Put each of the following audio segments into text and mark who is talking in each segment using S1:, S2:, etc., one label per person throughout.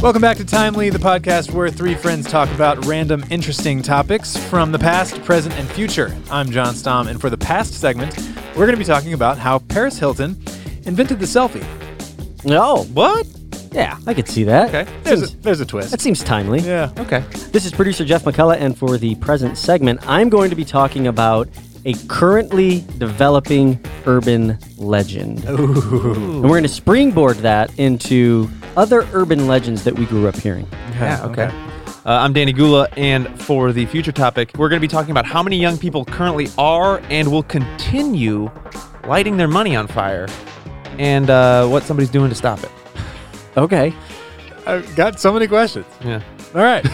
S1: Welcome back to Timely, the podcast where three friends talk about random, interesting topics from the past, present, and future. I'm John Stom, and for the past segment, we're going to be talking about how Paris Hilton invented the selfie.
S2: No.
S1: What?
S2: Oh, Yeah, I could see that.
S1: Okay, there's a,
S2: Seems-
S1: there's a twist.
S2: that seems timely.
S1: yeah. Okay.
S2: This is producer Jeff McCullough, and for the present segment, I'm going to be talking about a currently developing urban legend. And we're going to springboard that into other urban legends that we grew up hearing.
S3: Yeah, okay. Uh, I'm Danny Gula, and for the future topic, we're going to be talking about how many young people currently are and will continue lighting their money on fire and uh, what somebody's doing to stop it.
S2: Okay.
S1: I've got so many questions.
S3: Yeah.
S1: All right.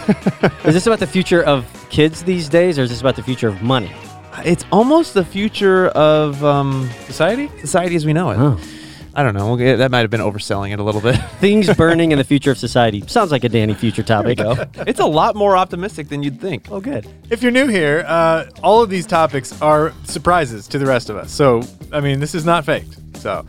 S2: Is this about the future of kids these days, or is this about the future of money?
S3: It's almost the future of um,
S1: Society?
S3: society as we know it. I don't know. We'll get- That might have been overselling it a little bit.
S2: Things burning in the future of society. Sounds like a Danny future topic.
S3: it's a lot more optimistic than you'd think.
S2: Oh, good.
S1: If you're new here, uh, all of these topics are surprises to the rest of us. So, I mean, this is not faked. So,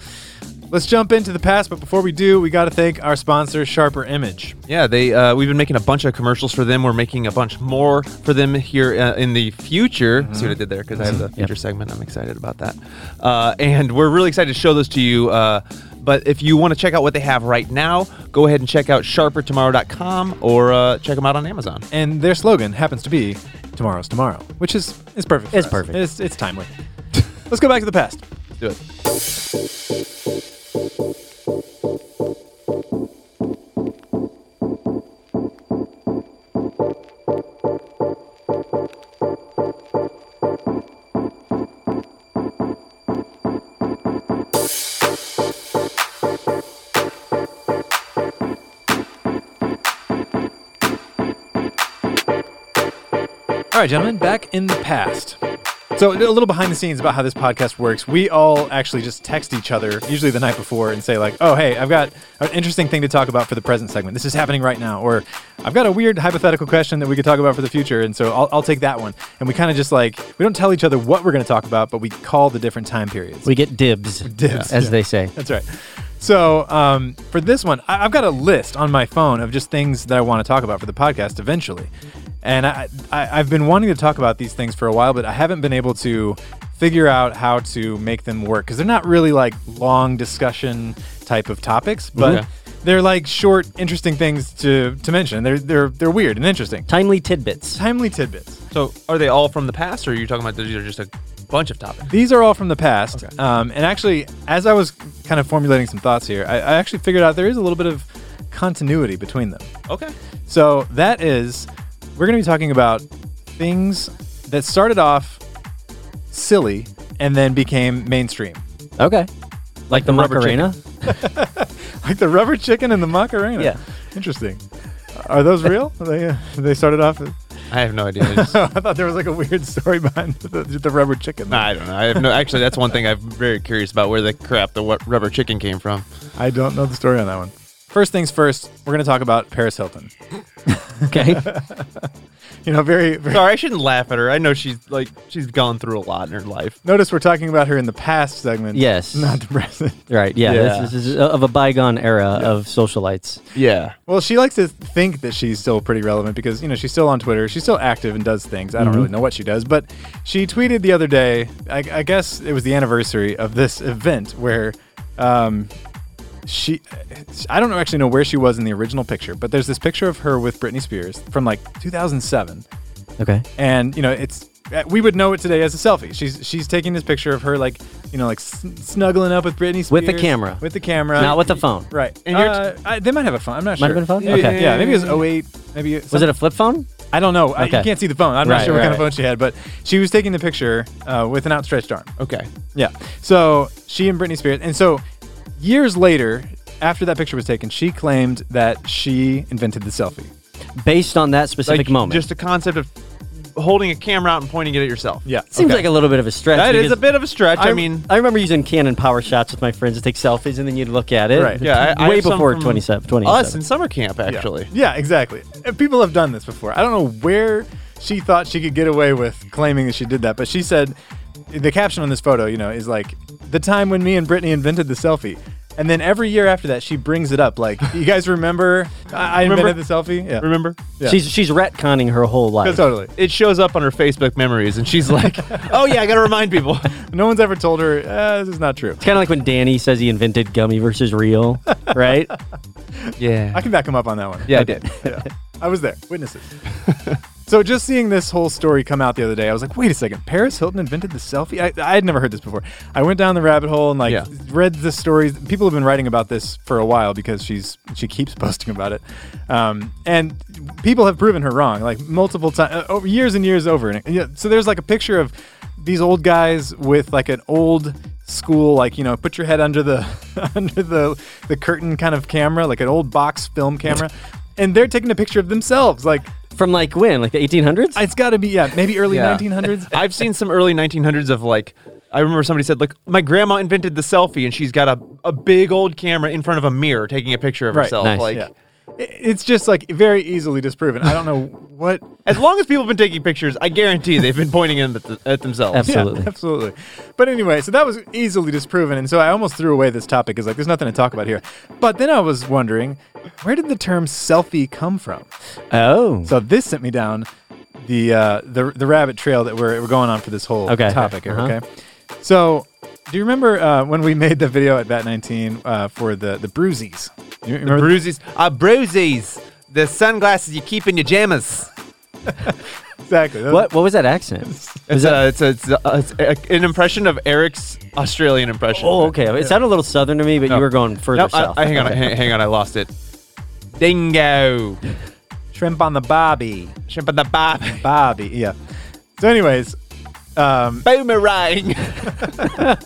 S1: let's jump into the past. But before we do, we got to thank our sponsor, Sharper Image.
S3: Yeah, they uh, we've been making a bunch of commercials for them. We're making a bunch more for them here uh, in the future. See what I did there because I have the future segment. I'm excited about that, uh, and we're really excited to show those to you. Uh, but if you want to check out what they have right now, go ahead and check out sharpertomorrow.com or uh, check them out on Amazon.
S1: And their slogan happens to be "Tomorrow's Tomorrow," which is is perfect. for
S2: It's
S1: us.
S2: perfect.
S1: It's, it's timely. let's go back to the past.
S3: Do it.
S1: All right, gentlemen, back in the past. So, a little behind the scenes about how this podcast works. We all actually just text each other, usually the night before, and say, like, oh, hey, I've got an interesting thing to talk about for the present segment. This is happening right now. Or I've got a weird hypothetical question that we could talk about for the future. And so I'll, I'll take that one. And we kind of just like, we don't tell each other what we're going to talk about, but we call the different time periods.
S2: We get dibs,
S1: Dibs,
S2: as
S1: yeah.
S2: they say.
S1: That's right. So um, for this one, I- I've got a list on my phone of just things that I want to talk about for the podcast eventually, and I, I I've been wanting to talk about these things for a while, but I haven't been able to figure out how to make them work because they're not really like long discussion type of topics, but.
S3: Okay.
S1: They're like short, interesting things to, to mention. They're they're they're weird and interesting.
S2: Timely tidbits.
S1: Timely tidbits.
S3: So, are they all from the past, or are you talking about these are just a bunch of topics?
S1: These are all from the past. Um, and actually, as I was kind of formulating some thoughts here, I, I actually figured out there is a little bit of continuity between them.
S3: Okay.
S1: So that is, we're going to be talking about things that started off silly and then became mainstream,
S2: Okay. Like the,
S3: rubber
S2: Macarena?
S1: like the rubber chicken and the macarena.
S2: Yeah.
S1: Interesting. Are those real? Are they, uh, they started off.
S3: I have no idea. I just-
S1: I thought there was like a weird story behind the, the rubber chicken.
S3: I don't know. I have no. Actually, that's one thing I'm very curious about: where the crap the wet rubber chicken came from.
S1: I don't know the story on that one. First things first, we're going to talk about Paris Hilton.
S2: Okay.
S1: You know, very, very
S3: Sorry, I shouldn't laugh at her. I know she's like she's gone through a lot in her life.
S1: Notice we're talking about her in the past segment.
S2: Yes.
S1: Not the present.
S2: right. Yeah.
S3: Yeah.
S2: This, this is of a bygone era of socialites.
S3: Yeah.
S1: Well, she likes to think that she's still pretty relevant because, you know, she's still on Twitter. She's still active and does things. I don't really know what she does, but she tweeted the other day, I, I guess it was the anniversary of this event where um, she, I don't know- actually know where she was in the original picture, but there's this picture of her with Britney Spears from like 2007.
S2: Okay.
S1: and you know it's uh, we would know it today as a selfie. She's she's taking this picture of her like you know like sn- snuggling up with Britney Spears
S2: With the camera.
S1: with the camera,
S2: Not with the phone.
S1: right. And
S3: And you're-
S1: uh, I, they might have a phone. I'm not
S2: Might
S1: sure.
S2: have been a phone?
S1: Yeah,
S2: Okay.
S1: Yeah, maybe it was 08. Maybe
S2: Was it a flip phone?
S1: I don't know. I,
S2: Okay.
S1: you can't see the phone. I'm
S2: Right,
S1: not sure what kind of
S2: right.
S1: phone she had, but she was taking the picture uh, with an outstretched arm.
S3: Okay.
S1: Yeah. So she and Britney Spears, and so years later, after that picture was taken, she claimed that she invented the selfie.
S2: Based on that specific moment.
S3: just the concept of holding a camera out and pointing it at yourself.
S1: Yeah.
S2: Seems
S1: okay.
S2: like a little bit of a stretch.
S3: That is
S2: because
S3: a bit of a stretch. I,
S2: I
S3: mean,
S2: I remember using Canon power shots with my friends to take selfies, and then you'd look at it.
S1: Right.
S3: yeah, I, I
S2: way
S3: have some
S2: before
S3: from
S2: 27,
S3: Us
S2: 27.
S3: in summer camp,
S1: Yeah.
S3: actually.
S1: Yeah, exactly. And People have done this before. I don't know where she thought she could get away with claiming that she did that, but she said the caption on this photo, you know, is like the time when me and Brittany invented the selfie. And then every year after that, she brings it up. Like, you guys remember I, I
S3: Remember?
S1: invented the selfie? Yeah.
S3: Remember?
S1: Yeah.
S2: She's she's retconning her whole life.
S1: Totally.
S3: It shows up on her Facebook memories, and she's like, "Oh yeah, I gotta remind people."
S1: No one's ever told her, uh, this is not true.
S2: It's kind of like when Danny says he invented gummy versus real, right?
S3: Yeah,
S1: I can back him up on that one.
S3: yeah, I did.
S1: yeah. I was there, witnesses. so just seeing this whole story come out the other day, I was like, wait a second, Paris Hilton invented the selfie? I, I had never heard this before. I went down the rabbit hole and like
S3: Yeah.
S1: read the stories. People have been writing about this for a while because she's she keeps posting about it, um, and people have proven her wrong like multiple times, over years and years over. And it- yeah, so there's like a picture of these old guys with like an old school like you know put your head under the under the the curtain kind of camera like an old box film camera and they're taking a picture of themselves like
S2: From like when, like the 1800s.
S1: it's got to be yeah maybe early
S3: Yeah.
S1: 1900s
S3: I've seen some early 1900s of like, I remember somebody said like, my grandma invented the selfie, and she's got a, a big old camera in front of a mirror taking a picture of
S1: Right.
S3: herself.
S2: Nice.
S3: Like,
S1: yeah It- it's just like very easily disproven i don't know what
S3: as long as people have been taking pictures, I guarantee they've been pointing them at, the, at themselves.
S2: Absolutely.
S1: Yeah, absolutely. But anyway, so that was easily disproven. And so I almost threw away this topic because, like, there's nothing to talk about here. But then I was wondering, where did the term selfie come from?
S2: oh,
S1: So this sent me down the uh, the, the rabbit trail that we're, we're going on for this whole
S2: Okay.
S1: topic here.
S2: Uh-huh.
S1: Okay. So do you remember uh, when we made the video at Bat 19 uh, for the, the Bruisies? You remember
S3: Bruises, uh, bruises, the sunglasses you keep in your jammers.
S1: exactly. That-
S2: what what was that accent?
S3: It's, a, it's, a, it's, a, it's uh, a- an impression of Eric's Australian impression.
S2: Oh, okay. It sounded a little southern to me, but
S3: No.
S2: you were going further
S3: Nope, Oh. I,
S2: south.
S3: I- hang on, hang, hang on, I lost it. Dingo,
S1: Shrimp on the Bobby.
S3: shrimp at the bar,
S1: Bobby. Yeah. So, anyways, um,
S3: boomerang. that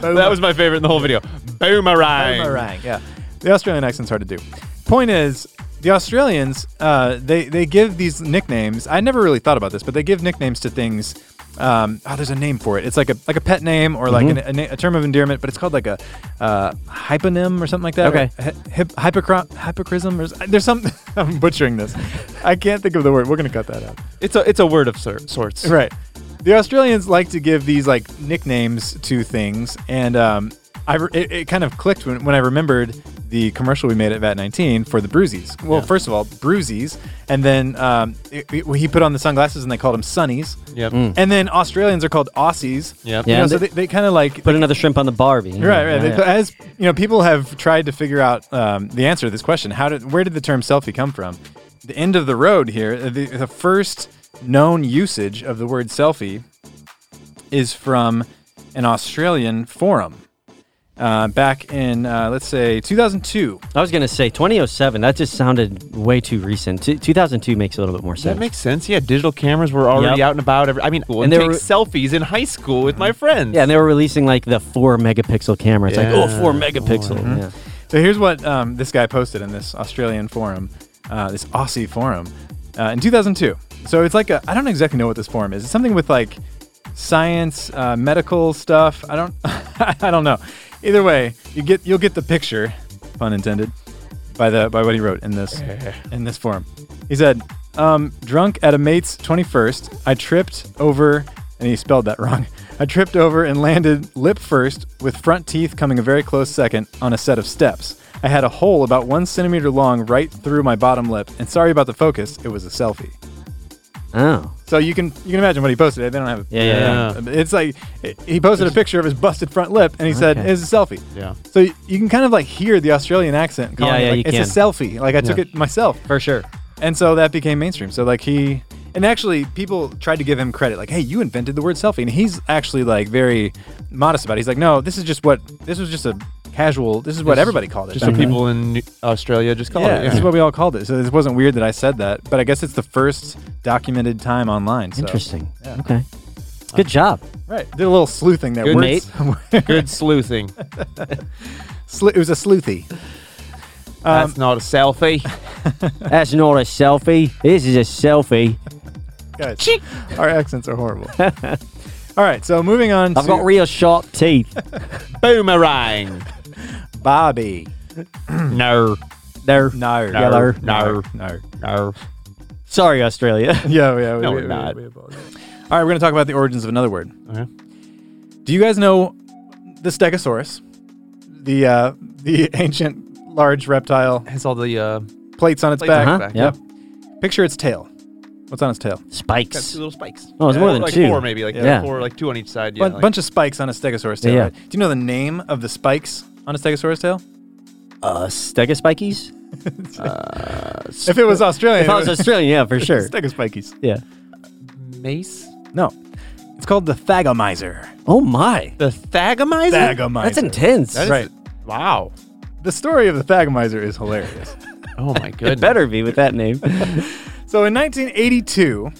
S3: was my favorite in the whole video. Boomerang.
S1: Boomerang, yeah. The Australian accent's hard to do. Point is, the Australians, uh, they they give these nicknames. I never really thought about this, but they give nicknames to things. Um, oh, there's a name for it. It's like a like a pet name or like an, a, na- a term of endearment, but it's called like a uh, hyponym or something like that.
S2: Okay.
S1: Or hy- hip, hypochro- hypochrism or s- there's some. I'm butchering this. I can't think of the word. We're gonna cut that out.
S3: It's a it's a word of sor- sorts.
S1: Right. The Australians like to give these like nicknames to things, and um, I re- it, it kind of clicked when, when I remembered the commercial we made at VAT 19 for the Bruisies. Well, first of all, Bruisies, and then um, it- it- he put on the sunglasses and they called him Sunnies.
S3: Yep.
S2: Mm.
S1: And then Australians are called Aussies.
S3: Yep.
S1: You
S2: Yeah,
S1: know,
S2: and
S1: so they,
S2: they-
S1: they kind of like
S2: Put another shrimp on the Barbie.
S1: Right, right. As you know, people have tried to figure out um, the answer to this question. How did where did the term selfie come from? The end of the road here. uh, The, the first known usage of the word selfie is from an Australian forum uh, back in uh, let's say 2002.
S2: I was gonna say 2007. That just sounded way too recent. T- 2002 makes a little bit more sense.
S3: That makes sense. Yeah, digital cameras were already
S2: Yep.
S3: out and about. Every, I mean, and
S2: And
S3: take
S2: they were-
S3: selfies in high school with my friends.
S2: yeah, and they were releasing like the four megapixel camera. It's like
S3: Yeah. Mm-hmm.
S2: oh, four megapixel. Yeah.
S1: So here's what um, this guy posted in this Australian forum, uh, this Aussie forum, uh, in 2002. So it's like a, I don't exactly know what this forum is. It's something with like science, uh, medical stuff. I don't, I don't know. Either way, you get you'll get the picture, pun intended, by the by what he wrote in this in this forum. He said, um, "Drunk at a mate's 21st, I tripped over." And he spelled that wrong. I tripped over and landed lip first, with front teeth coming a very close second, on a set of steps. I had a hole about one centimeter long right through my bottom lip, and sorry about the focus, it was a selfie.
S2: Oh,
S1: So you can you can imagine what he posted. They don't have a,
S2: Yeah, yeah,
S1: yeah. It's like he posted a picture of his busted front lip, and he said
S2: Okay.
S1: it's a selfie.
S3: Yeah.
S1: So you you can kind of like hear the Australian accent calling
S2: Yeah,
S1: it
S2: yeah,
S1: like,
S2: you
S1: it's a
S2: can.
S1: selfie. Like I took
S2: Yeah.
S1: it myself,
S2: for sure.
S1: and so that became mainstream. So like he and actually people tried to give him credit, like hey, you invented the word selfie, and he's actually like very modest about. it. He's like, no, this is just what this was just a casual. This is what everybody called it.
S3: Just
S1: back
S3: what
S1: then."
S3: people in New- Australia just call
S1: Yeah,
S3: it.
S1: this is what we all called it. So this wasn't weird that I said that, but I guess it's the first documented time online. So.
S2: Interesting. Okay. Good job.
S1: Right. Did a little sleuthing there.
S3: Good
S1: Words-
S3: Good sleuthing.
S1: Sle- it was a sleuthy.
S3: That's not a selfie.
S2: That's not a selfie. This is a selfie.
S1: Guys, our accents are horrible. All right, so moving on
S2: I've
S1: to
S2: got real sharp teeth.
S3: Boomerang.
S1: Bobby.
S3: No.
S2: They're
S1: No.
S2: Yeller.
S1: No.
S3: No.
S1: No.
S3: No.
S2: sorry, Australia.
S1: Yeah, yeah. We,
S3: No,
S1: we-
S3: we're
S1: we-
S3: not.
S1: we apologize. All right, we're going to talk about the origins of another word.
S3: Okay.
S1: Do you guys know the Stegosaurus, the uh, the ancient large reptile?
S3: It's all the uh,
S1: Plates on its
S3: Plates uh-huh. on
S1: back.
S3: its
S2: huh?
S3: back.
S2: Yeah.
S1: Picture its tail. What's on its tail?
S3: got two
S2: Spikes.
S3: little spikes.
S2: Oh, it's more than
S3: like
S2: two.
S3: Four maybe, like
S2: Yeah.
S3: four, like two on each side.
S1: A
S3: Yeah, like-
S1: bunch of spikes on a Stegosaurus tail.
S2: Yeah, yeah.
S1: right? Do you know the name of the spikes on a Stegosaurus tail?
S2: Uh, stegospikies?
S1: If it was Australian,
S2: If I was
S1: it would-
S2: Australian, yeah, for sure.
S1: Stegospikies.
S2: Yeah.
S3: mace.
S1: No, it's called the Thagomizer.
S2: Oh my.
S3: The thagomizer.
S1: Thagomizer.
S2: That's intense.
S3: That is-
S1: Right.
S3: Wow.
S1: The story of the Thagomizer is hilarious.
S3: Oh my goodness.
S2: Better be with that name.
S1: So in 1982,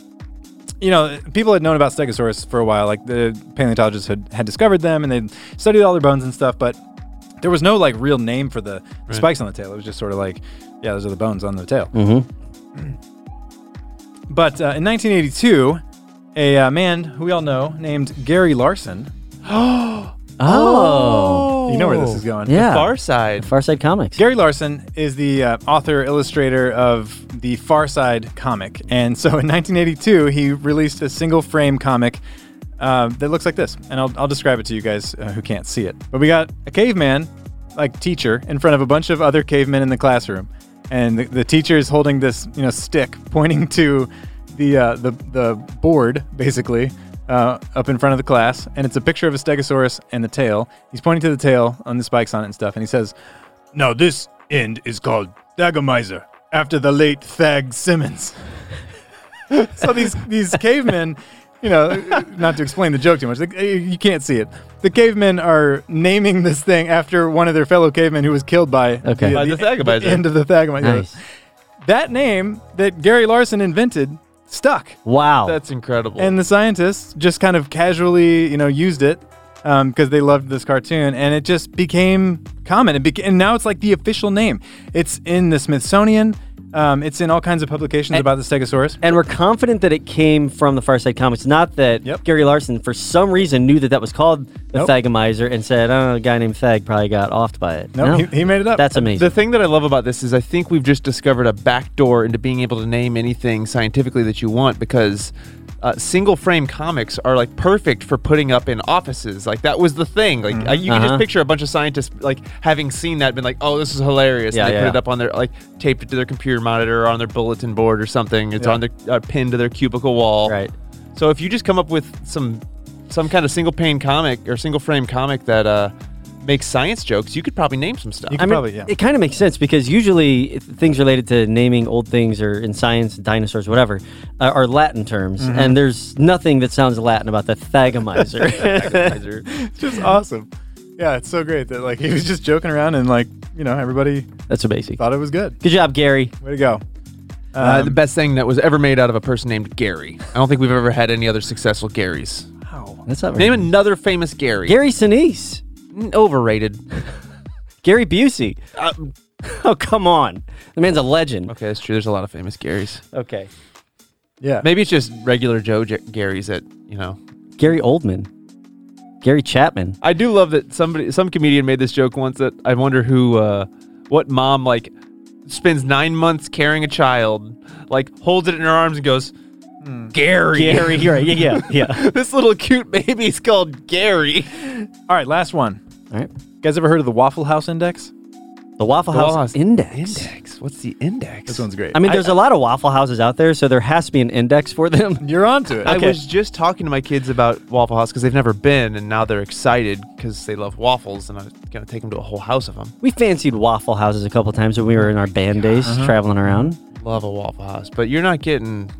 S1: you know, people had known about Stegosaurus for a while. Like the paleontologists had, had discovered them and they'd studied all their bones and stuff, but there was no like real name for the, the spikes on the tail. It was just sort of like, yeah, those are the bones on the tail.
S2: Mm-hmm.
S1: But uh, in 1982, a uh, man who we all know named Gary Larson.
S2: Oh.
S1: You know where this is going.
S2: Yeah.
S3: Far side.
S2: Far Side Comics.
S1: Gary Larson is the uh, author illustrator of the Far Side comic, and so in 1982 he released a single frame comic uh, that looks like this, and I'll, I'll describe it to you guys uh, who can't see it. But we got a caveman, like teacher, in front of a bunch of other cavemen in the classroom, and the, the teacher is holding this you know stick pointing to the uh, the the board basically. Uh, up in front of the class, and it's a picture of a stegosaurus and the tail. He's pointing to the tail on the spikes on it and stuff, and he says, now, this end is called Thagomizer, after the late Thag Simmons. so these, these cavemen, you know, not to explain the joke too much, like, eh, you can't see it. The cavemen are naming this thing after one of their fellow cavemen who was killed by,
S2: Okay.
S3: By the Thagomizer.
S1: end of the Thagomizer.
S2: Nice.
S1: That name that Gary Larson invented stuck.
S2: Wow.
S3: That's incredible.
S1: And the scientists just kind of casually, you know, used it because they loved this cartoon, and it just became common. It beca- and now it's like the official name. It's in the Smithsonian. Um, it's in all kinds of publications about the Stegosaurus.
S2: and we're confident that it came from the Far Side Comics, not that
S1: Yep.
S2: Gary Larson, for some reason, knew that that was called the
S1: Nope.
S2: Thagomizer and said, "Oh, a guy named Thag probably got offed by it."
S1: No, He, he made it up.
S2: That's amazing.
S3: the thing that I love about this is I think we've just discovered a backdoor into being able to name anything scientifically that you want because uh, single frame comics are like perfect for putting up in offices. Like that was the thing. Like uh, you can
S2: Uh-huh.
S3: just picture a bunch of scientists like having seen that, been like, "Oh, this is hilarious,"
S2: Yeah,
S3: and they
S2: yeah.
S3: put it up on their like taped it to their computer monitor or on their bulletin board or something. It's
S1: Yeah.
S3: on their uh, pinned to their cubicle wall.
S2: Right.
S3: So if you just come up with some some kind of single pane comic or single frame comic that uh, makes science jokes, you could probably name some stuff.
S1: You
S2: I mean,
S1: Probably, yeah.
S2: it kind of makes sense because usually it- things related to naming old things or in science, dinosaurs, whatever, uh, are Latin terms,
S1: Mm-hmm.
S2: and there's nothing that sounds Latin about the Thagomizer.
S1: It's just awesome. Yeah, it's so great that like he was just joking around and like you know everybody
S2: That's amazing.
S1: thought it was good.
S2: Good job, Gary.
S1: Way to go.
S3: Uh,
S1: Um,
S3: the best thing that was ever made out of a person named Gary. I don't think we've ever had any other successful Garys.
S1: wow.
S2: That's not very
S3: Name another famous Gary.
S2: Gary Sinise.
S3: N- Overrated.
S2: Gary Busey. oh, come on. The man's a legend.
S3: Okay, that's true. There's a lot of famous Garys.
S2: Okay.
S1: Yeah.
S3: Maybe it's just regular Joe J- Garys that you know.
S2: Gary Oldman. Gary Chapman.
S3: I do love that somebody, some comedian made this joke once that I wonder who, uh, what mom like spends nine months carrying a child, like holds it in her arms and goes, Hmm. Gary.
S2: Gary. you're right. Yeah, yeah, yeah.
S3: this little cute baby's called Gary.
S1: All right, last one.
S2: All right.
S1: You guys ever heard of the Waffle House Index?
S2: The Waffle
S3: The
S2: House,
S3: Waffle House
S2: index.
S3: Index. What's the index?
S1: This one's great.
S2: I mean, there's a lot of Waffle Houses out there, so there has to be an index for them.
S1: you're onto it.
S3: I was just talking to my kids about Waffle House because they've never been, and now they're excited because they love waffles, and I'm gonna take them to a whole house of them.
S2: We fancied Waffle Houses a couple times when we were in our band days traveling around.
S3: Love a Waffle House, but you're not getting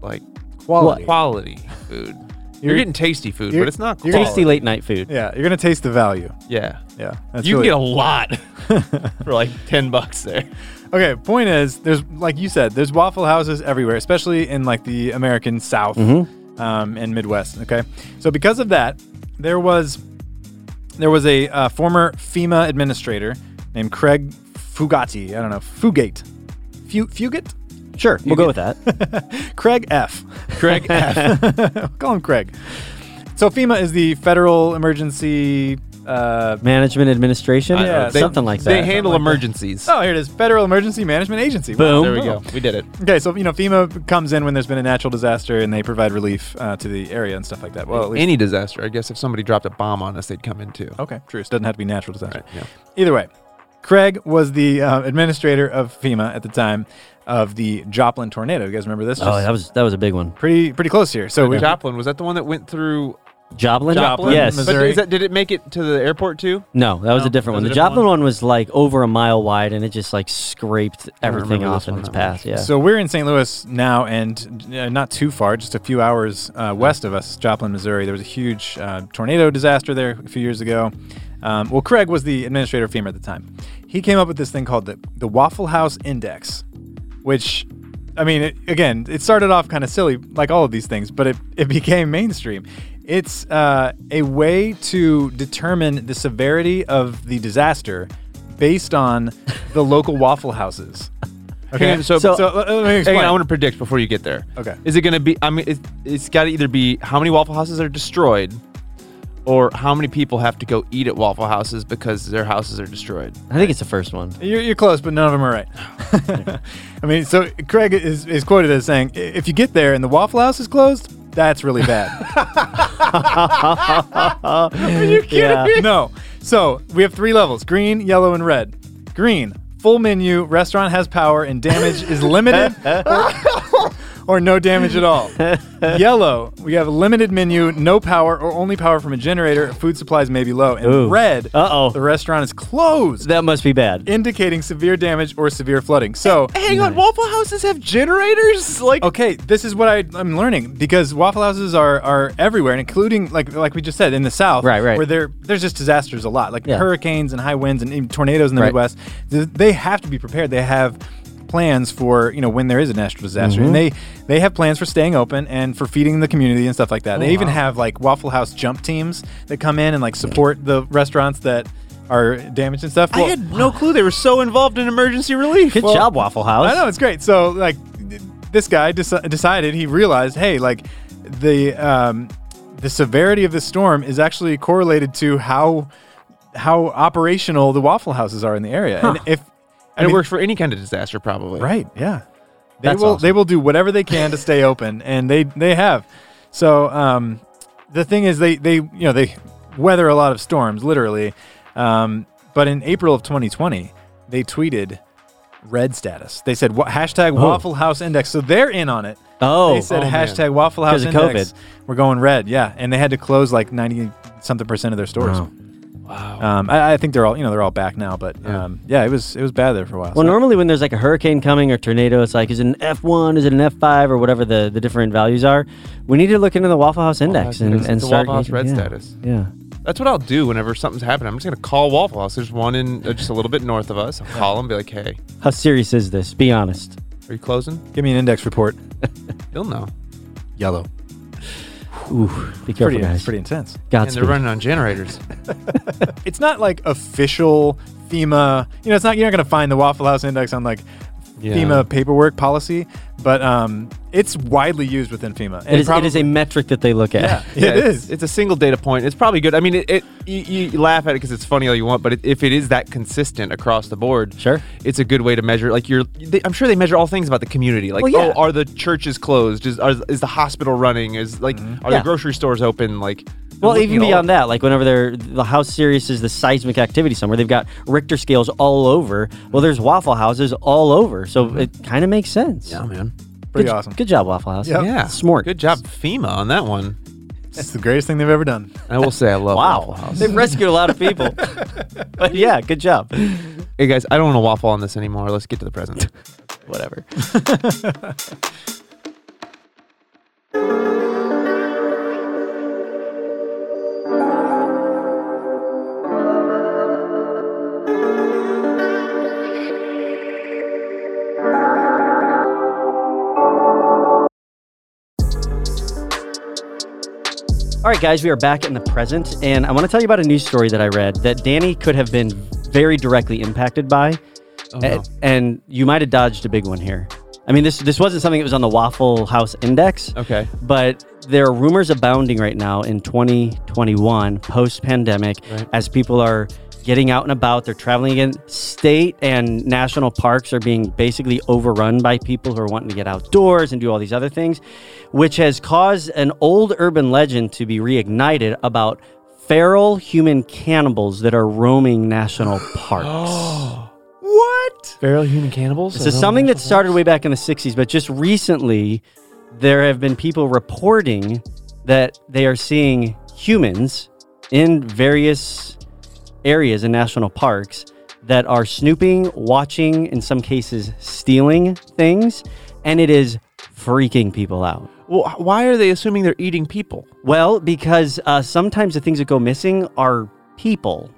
S3: like
S1: Quality.
S3: quality food. You're,
S1: You're-
S3: getting tasty food,
S1: you're-
S3: but it's not
S1: you're-
S3: quality.
S2: Tasty late night food.
S1: Yeah, you're gonna taste the value.
S3: Yeah,
S1: Yeah, that's
S3: you
S1: really-
S3: can get a lot for like ten bucks there.
S1: Okay, point is, there's like you said, there's waffle houses everywhere, especially in like the American South um, and Midwest. Okay, so because of that, there was there was a uh, former FEMA administrator named Craig Fugati. I don't know Fugate, Fu- Fugate,
S2: Sure, we'll go with that.
S1: Craig F. Craig F. Call him Craig. So FEMA is the Federal Emergency. Uh,
S2: Management administration,
S3: I don't know. They-
S2: something like that.
S3: They handle emergencies.
S1: oh, here it is. Federal Emergency Management Agency. Wow.
S2: Boom.
S3: There we go. We did it.
S1: Okay, so you know FEMA comes in when there's been a natural disaster and they provide relief uh, to the area and stuff like that. Well, at least
S3: Any disaster, I guess. If somebody dropped a bomb on us, they'd come in too.
S1: okay, true. It doesn't have to be natural disaster.
S3: Right, yeah.
S1: Either way, Craig was the uh, administrator of FEMA at the time of the Joplin tornado. You guys remember this?
S2: Oh, that was that was a big one.
S1: pretty pretty close here. So we,
S3: Joplin was that the one that went through?
S2: Joplin,
S1: Joplin,
S2: yes.
S1: Missouri.
S3: But is that, did it make it to the airport too?
S2: No, that was
S3: No,
S2: a different
S3: Oh,
S2: one. The
S3: that was a different
S2: Joplin one. was like over a mile wide, and it just like scraped everything
S3: remember
S2: off
S3: this
S2: in
S3: one
S2: its
S3: that much.
S2: path. Yeah.
S1: So we're in St. Louis now, and uh, not too far, just a few hours uh, west of us, Joplin, Missouri. There was a huge uh, tornado disaster there a few years ago. Um, well, Craig was the administrator of FEMA at the time. He came up with this thing called the, the Waffle House Index, which, I mean, it, again, it started off kind of silly, like all of these things, but it, it became mainstream. It's uh, a way to determine the severity of the disaster based on the local waffle houses.
S3: Hang on, so-
S1: so, uh,
S2: so-
S1: let, let me
S3: Hang
S1: explain.
S3: on, I want to predict before you get there.
S1: Okay.
S3: Is it going to be? I mean, it, it's got to either be how many Waffle Houses are destroyed, or how many people have to go eat at Waffle Houses because their houses are destroyed.
S2: I think it's the first one.
S1: You're, you're close, but none of them are right.
S2: Oh,
S1: I mean, so Craig is, is quoted as saying, "I- if you get there and the Waffle House is closed, that's really bad.
S2: Are you kidding
S1: no. So we have three levels green, yellow, and red. Green, full menu, restaurant has power, and damage is limited or- or no damage at all. Yellow, we have a limited menu, no power, or only power from a generator. Food supplies may be low. And
S2: Ooh.
S1: red,
S2: Uh-oh.
S1: the restaurant is closed,
S2: That must be bad.
S1: indicating severe damage or severe flooding. So.
S3: Hang on, Waffle Houses have generators. Like,
S1: Okay, this is what I, I'm learning because waffle houses are are everywhere, and including like like we just said in the south,
S2: Right, right.
S1: where there there's just disasters a lot, like
S2: Yeah.
S1: hurricanes and high winds and even tornadoes in the
S3: Right.
S1: Midwest. Th- They have to be prepared. They have plans for you know when there is a natural disaster, and
S3: Mm-hmm.
S1: they they have plans for staying open and for feeding the community and stuff like that.
S3: Oh,
S1: they even have like Waffle House jump teams that come in and like support the restaurants that are damaged and stuff.
S3: I
S1: Well-
S3: had no clue they were so involved in emergency relief.
S2: Good job, Waffle House.
S1: I know it's great. So like, this guy deci- decided he realized, hey, like the um, the severity of the storm is actually correlated to how how operational the waffle houses are in the area, and if I
S3: And
S1: mean,
S3: it works for any kind of disaster, probably.
S1: right, yeah, they
S2: That's
S1: will
S2: awesome.
S1: they will do whatever they can to stay open, and they they have. So um, the thing is, they they you know they weather a lot of storms, literally. Um, but in April of 2020, they tweeted red status. They said "Wa- hashtag Waffle House Index, so they're in on it.
S2: Oh.
S1: they said
S3: Oh, man.
S1: hashtag Waffle House
S2: 'Cause of
S1: Index. We're going red, yeah. And they had to close like 90 something percent of their stores.
S2: Wow.
S3: Wow.
S1: Um, I, I think they're all you know they're all back now, but
S3: Yeah.
S1: um, yeah, it was it was bad there for a while.
S2: Well,
S1: so-
S2: normally when there's like a hurricane coming or tornado, it's like, is it an F1? Is it an F5? Or whatever the, the different values are. We need to look into the Waffle House Index
S3: House
S2: and,
S3: Index.
S2: and
S3: The
S2: start.
S3: Waffle House Red
S2: yeah.
S3: status.
S2: Yeah.
S3: That's what I'll do whenever something's happening. I'm just gonna call Waffle House. There's one in uh, just a little bit north of us. I'll call them, be like, "Hey,
S2: How serious is this? Be honest.
S3: are you closing?"
S1: Give me an index report.
S3: They'll know.
S1: Yellow.
S2: Ooh, be careful,
S1: Pretty,
S2: guys.
S1: pretty intense.
S3: And
S2: Godspeed.
S3: they're running on generators.
S1: It's not like official FEMA. You know, it's not you're not gonna find the Waffle House index on like
S3: Yeah.
S1: FEMA paperwork policy, but um, it's widely used within FEMA. And
S2: It is, it is a metric that they look at.
S1: yeah,
S3: Yeah,
S1: it
S3: it's,
S1: is.
S3: It's a single data point. It's probably good. I mean, it, it you, you laugh at it because it's funny all you want, but it, if it is that consistent across the board,
S2: Sure.
S3: it's a good way to measure. Like you're, they, I'm sure they measure all things about the community. Like,
S2: Well, yeah.
S3: oh, are the churches closed? Is are, is the hospital running? Is like, are
S2: Mm-hmm. Yeah.
S3: the grocery stores open? Like,
S2: Well, even beyond that, like whenever they're the how serious is the seismic activity somewhere, they've got Richter scales all over. Well, there's Waffle Houses all over, so it kind of makes sense.
S3: yeah, man,
S1: Mm-hmm. Pretty
S2: good,
S1: awesome.
S2: Good job, Waffle House.
S1: Yep.
S3: yeah,
S2: smart.
S3: Good job, FEMA, on that one.
S1: It's the greatest thing they've ever done.
S3: I will say, I love Waffle
S2: Wow,
S3: House.
S2: they've rescued a lot of people. but yeah, good job.
S3: Hey guys, I don't want to waffle on this anymore. Let's get to the present.
S2: Whatever. All right, guys, we are back in the present, and I want to tell you about a news story that I read that Danny could have been very directly impacted by.
S3: Oh,
S2: A-
S3: no.
S2: and, you might have dodged a big one here. I mean, this this wasn't something that was on the Waffle House Index.
S3: Okay.
S2: But there are rumors abounding right now in 2021, post pandemic, as people are getting out and about, they're traveling again. State and national parks are being basically overrun by people who are wanting to get outdoors and do all these other things, which has caused an old urban legend to be reignited about feral human cannibals that are roaming national
S3: Oh.
S2: parks.
S3: What? Feral human cannibals?
S2: So something that started way back in the 60s, but just recently, there have been people reporting that they are seeing humans in various areas in national parks that are snooping, watching, in some cases, stealing things, and it is freaking people out.
S3: Well, why are they assuming they're eating people?
S2: Well, because uh, sometimes the things that go missing are people.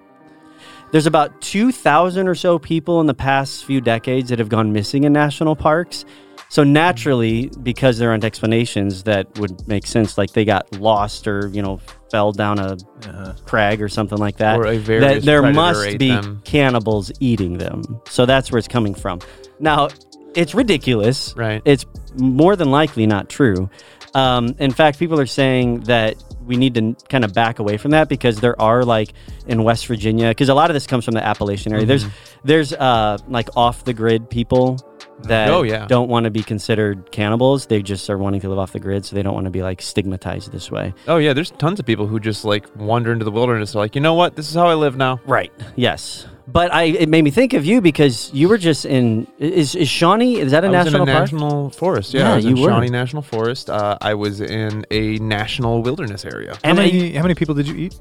S2: There's about 2,000 or so people in the past few decades that have gone missing in national parks. So naturally, because there aren't explanations that would make sense, like they got lost or, you know, fell down a
S1: Uh-huh.
S2: crag or something like that,
S3: Or a
S2: that
S3: various
S2: there
S3: predator
S2: must
S3: ate
S2: be
S3: them.
S2: cannibals eating them. So that's where it's coming from. Now, it's ridiculous.
S3: Right.
S2: It's more than likely not true. Um, in fact, people are saying that we need to kind of back away from that because there are like in West Virginia, because a lot of this comes from the Appalachian area.
S3: Mm-hmm.
S2: There's there's uh, like off the grid people that
S3: Oh, yeah.
S2: don't want to be considered cannibals. They just are wanting to live off the grid, so they don't want to be like stigmatized this way.
S3: Oh, yeah, there's tons of people who just like wander into the wilderness. They're like, you know what? This is how I live now.
S2: Right. Yes. But I it made me think of you because you were just in is, is Shawnee is that a
S3: I was
S2: national
S3: in a
S2: park?
S3: national forest. Yeah,
S2: Yeah,
S3: I was
S2: you
S3: in
S2: were.
S3: Shawnee National Forest. Uh, I was in a national wilderness area.
S1: How
S2: And I-
S1: many, how many people did you eat?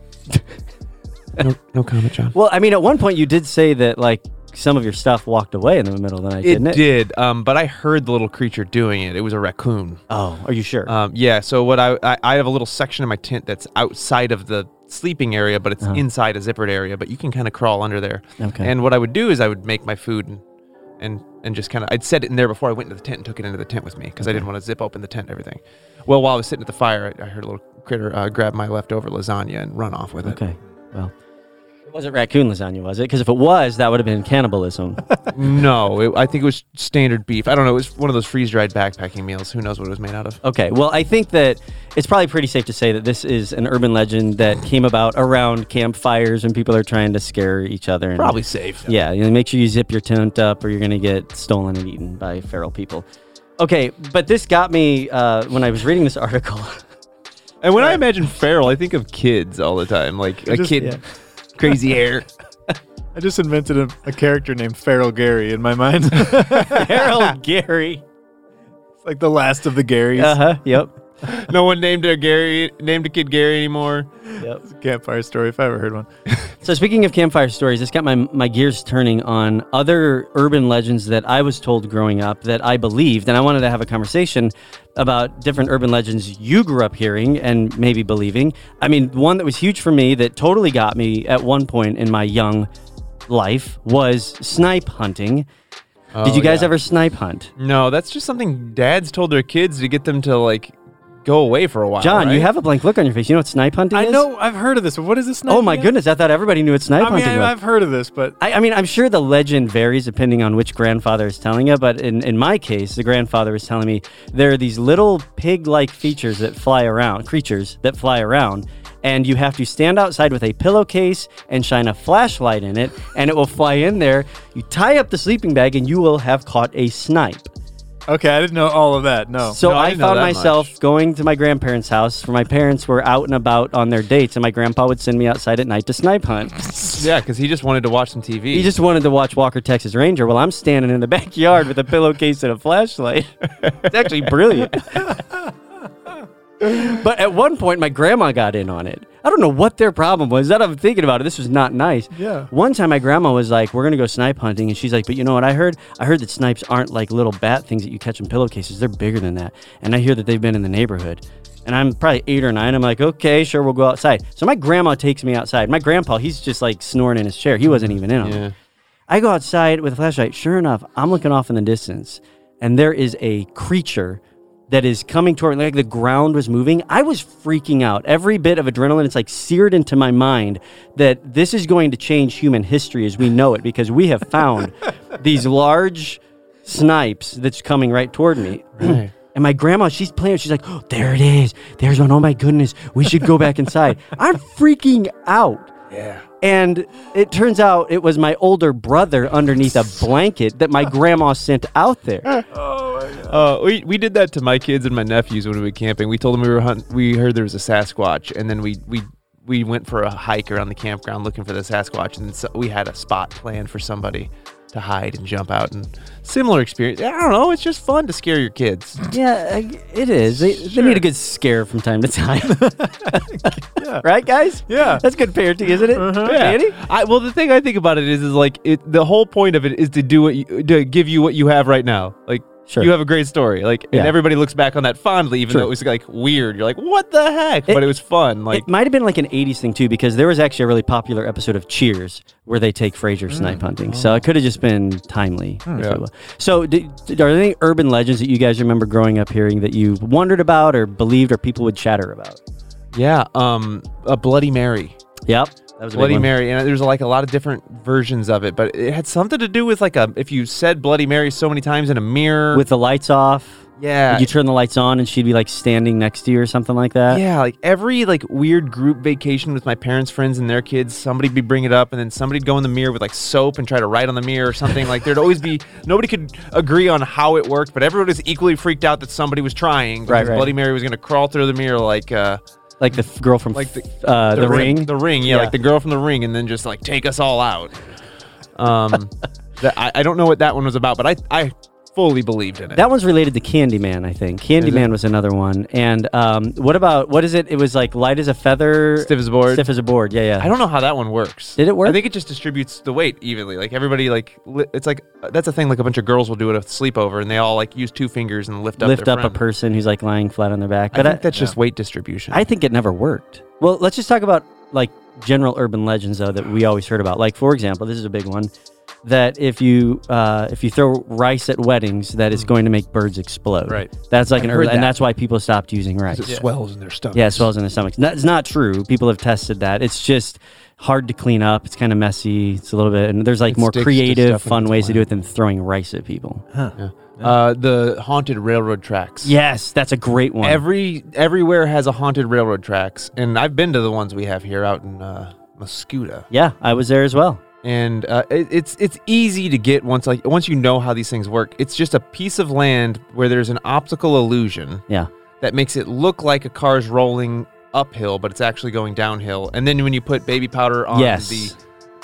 S3: No, no comment, John.
S2: Well, I mean, at one point you did say that like some of your stuff walked away in the middle of the night,
S3: It
S2: didn't it?
S3: did, um, but I heard the little creature doing it. It was a raccoon.
S2: Oh, are you sure?
S3: Um, yeah. So what I, I I have a little section in my tent that's outside of the sleeping area, but it's inside a zippered area. But you can kind of crawl under there.
S2: Okay.
S3: And what I would do is I would make my food and and and just kind of I'd set it in there before I went into the tent and took it into the tent with me because I didn't want to zip open the tent and everything. Well, while I was sitting at the fire, I, I heard a little critter uh, grab my leftover lasagna and run off with it.
S2: okay. Well, it wasn't raccoon lasagna, was it? Because if it was, that would have been cannibalism.
S3: No, it, I think it was standard beef. I don't know. It was one of those freeze dried backpacking meals. Who knows what it was made out of?
S2: okay. Well, I think that it's probably pretty safe to say that this is an urban legend that came about around campfires when people are trying to scare each other. And,
S3: Probably safe.
S2: Yeah, you know, make sure you zip your tent up, or you're gonna get stolen and eaten by feral people. Okay, but this got me uh, when I was reading this article.
S3: And when I imagine feral, I think of kids all the time, like a
S1: Just-
S3: kid,
S1: yeah.
S3: crazy hair.
S1: I just invented a, a character named Feral Gary in my mind. it's
S2: feral Gary.
S1: like the last of the Garys.
S2: Uh huh. Yep.
S3: No one named a Gary, named a kid Gary anymore.
S2: Yep.
S1: Campfire story, if I ever heard one.
S2: So speaking of campfire stories, this got my my gears turning on other urban legends that I was told growing up that I believed, and I wanted to have a conversation about different urban legends you grew up hearing and maybe believing. I mean, one that was huge for me that totally got me at one point in my young life was snipe hunting.
S1: Oh,
S2: Did you guys ever snipe hunt?
S3: No, that's just something dads told their kids to get them to like go away for a while.
S2: John, you
S3: right?
S2: have a blank look on your face. You know what snipe hunting
S1: I
S2: is?
S1: know I've heard of this. But what is this?
S2: Oh
S1: name
S2: my
S1: again?
S2: goodness, I thought everybody knew what snipe
S1: I mean,
S2: hunting was.
S1: I, I've heard of this, but
S2: I, I mean, I'm sure the legend varies depending on which grandfather is telling you, but in, in my case, the grandfather was telling me there are these little pig like features that fly around, creatures that fly around, and you have to stand outside with a pillowcase and shine a flashlight in it, and it will fly in there. You tie up the sleeping bag, and you will have caught a snipe.
S1: okay, I didn't know all of that. No.
S2: So
S3: Oh. No, I
S2: I,
S3: didn't know
S2: found
S3: that
S2: myself going to my grandparents' house where my parents were out and about on their dates, and my grandpa would send me outside at night to snipe hunt.
S3: Yeah, because he just wanted to watch some TV.
S2: He just wanted to watch Walker Texas Ranger while I'm standing in the backyard with a pillowcase and a flashlight. It's actually brilliant. but at one point, my grandma got in on it. I don't know what their problem was. That I'm thinking about it. This was not nice.
S1: Yeah.
S2: One time, my grandma was like, "We're gonna go snipe hunting," and she's like, "But you know what? I heard. I heard that snipes aren't like little bat things that you catch in pillowcases. They're bigger than that. And I hear that they've been in the neighborhood." And I'm probably eight or nine. I'm like, okay, sure, we'll go outside. So my grandma takes me outside. My grandpa, he's just like snoring in his chair. He wasn't even in on
S3: Yeah.
S2: it. I go outside with a flashlight. Sure enough, I'm looking off in the distance, and there is a creature that is coming toward me. Like the ground was moving. I was freaking out. Every bit of adrenaline, it's like seared into my mind that this is going to change human history as we know it because we have found these large snipes that's coming right toward me. And my grandma, she's playing. She's like, oh, there it is. There's one. Oh my goodness. We should go back inside. I'm freaking out.
S3: Yeah.
S2: And it turns out it was my older brother underneath a blanket that my grandma sent out there.
S3: Uh, we, we did that to my kids and my nephews when we were camping. We told them we were hunt- we heard there was a Sasquatch, and then we we we went for a hike around the campground looking for the Sasquatch, and so we had a spot planned for somebody to hide and jump out. And similar experience. I don't know. It's just fun to scare your kids.
S2: Yeah, I- it is. They, they need a good scare from time to time. Right, guys?
S1: Yeah.
S2: That's good parenting, isn't it?
S3: Uh-huh.
S2: Danny?
S3: I, well, the thing I think about it is, is like it. The whole point of it is to do what you, to give you what you have right now. Like
S2: Sure.
S3: you have a great story. Like
S2: Yeah.
S3: and everybody looks back on that fondly, even
S2: Sure.
S3: though it was like weird. You're like, what the heck?
S2: It-
S3: but it was fun. Like
S2: it might have been like an 80s thing too because there was actually a really popular episode of cheers where they take frasier snipe hunting so it could have just been timely if
S3: Yeah.
S2: it was. so d d- are there any urban legends that you guys remember growing up hearing that you wondered about or believed or people would chatter about
S3: yeah, um, a Bloody Mary.
S2: yep that was a big
S3: Bloody
S2: one.
S3: Mary, and there's like a lot of different versions of it, but it had something to do with like a if you said Bloody Mary so many times in a mirror
S2: with the lights off
S3: yeah,
S2: would you turn the lights on and she'd be like standing next to you or something like that
S3: yeah, like every like weird group vacation with my parents' friends and their kids, somebody'd be bringing it up, and then somebody'd go in the mirror with like soap and try to write on the mirror or something. like there'd always be nobody could agree on how it worked, but everyone was equally freaked out that somebody was trying.
S2: Right,
S3: because
S2: right.
S3: Bloody Mary was gonna crawl through the mirror like uh
S2: like the f- girl from
S3: Like the-
S2: f- uh, the, ring,
S3: the ring, yeah, like the girl from the ring, and then just like take us all out. Um, that, I, I don't know what that one was about, but I I fully believed in it.
S2: That one's related to Candyman, I think. Candyman was another one. And um, what about what is it? It was like light as a feather,
S3: Stiff as a board.
S2: Stiff as a board. Yeah, yeah.
S3: I don't know how that one works.
S2: Did it work?
S3: I think it just distributes the weight evenly. Like everybody, like li- it's like that's a thing. Like a bunch of girls will do it at a sleepover, and they all like use two fingers and lift up.
S2: lift
S3: their
S2: up a
S3: friend.
S2: person who's like lying flat on their back.
S3: I
S2: But I,
S3: think that's just weight distribution.
S2: I think it never worked. Well, let's just talk about like general urban legends though that we always heard about. Like for example, this is a big one that if you uh, if you throw rice at weddings, that it's going to make birds explode.
S3: Mm. Right.
S2: That's like an
S3: I've heard
S2: urban, and
S3: that.
S2: that's why people stopped using rice.
S3: swells in their stomach.
S2: Yeah, it swells in the stomach. That's not true. People have tested that. It's just hard to clean up. It's kind of messy. It's a little bit, and there's like more
S3: sticks to
S2: creative,
S3: stuff when
S2: fun
S3: it's
S2: ways to
S3: wet.
S2: do it than throwing rice at people.
S3: Uh, the haunted railroad tracks.
S2: Yes, that's a great one.
S3: Every everywhere has a haunted railroad tracks, and I've been to the ones we have here out in uh, Muscuda,
S2: yeah, I was there as well.
S3: and uh, it, it's it's easy to get once like once you know how these things work. It's just a piece of land where there's an optical illusion
S2: Yeah,
S3: that makes it look like a car's rolling uphill, but it's actually going downhill. And then when you put baby powder on
S2: Yes.
S3: the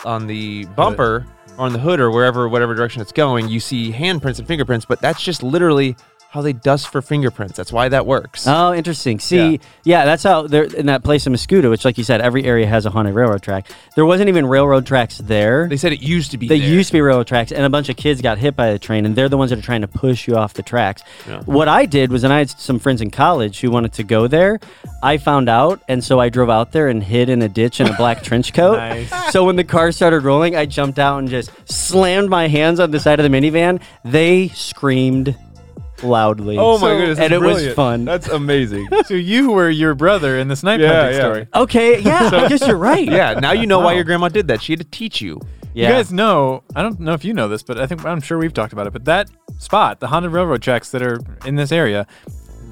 S3: on the bumper or on the hood or wherever whatever direction it's going, you see handprints and fingerprints, but that's just literally how they dust for fingerprints. That's why that works.
S2: Oh, interesting. See, yeah,
S3: Yeah.
S2: that's how there in that place in Muscuda, which, like you said, every area has a haunted railroad track. There wasn't even railroad tracks there.
S3: They said it used to be.
S2: They
S3: there.
S2: used to be railroad tracks, and a bunch of kids got hit by a train, and they're the ones that are trying to push you off the tracks. What I did was, and I had some friends in college who wanted to go there. I found out, and so I drove out there and hid in a ditch in a black trench coat.
S1: Nice.
S2: So when the car started rolling, I jumped out and just slammed my hands on the side of the minivan. They screamed loudly.
S3: Oh my
S1: So-
S3: goodness!
S2: and
S3: that's
S2: it was
S1: brilliant.
S2: fun.
S3: That's amazing.
S1: So you were your brother in the snipe
S3: Yeah,
S1: hunting
S3: yeah.
S1: story.
S2: Okay, yeah, I guess you're right.
S3: yeah. Now you know
S1: Wow.
S2: Oh.
S3: why your grandma did that. She had to teach you.
S2: yeah.
S1: You guys know, I don't know if you know this, but I think I'm sure we've talked about it. But that spot, the haunted railroad tracks that are in this area,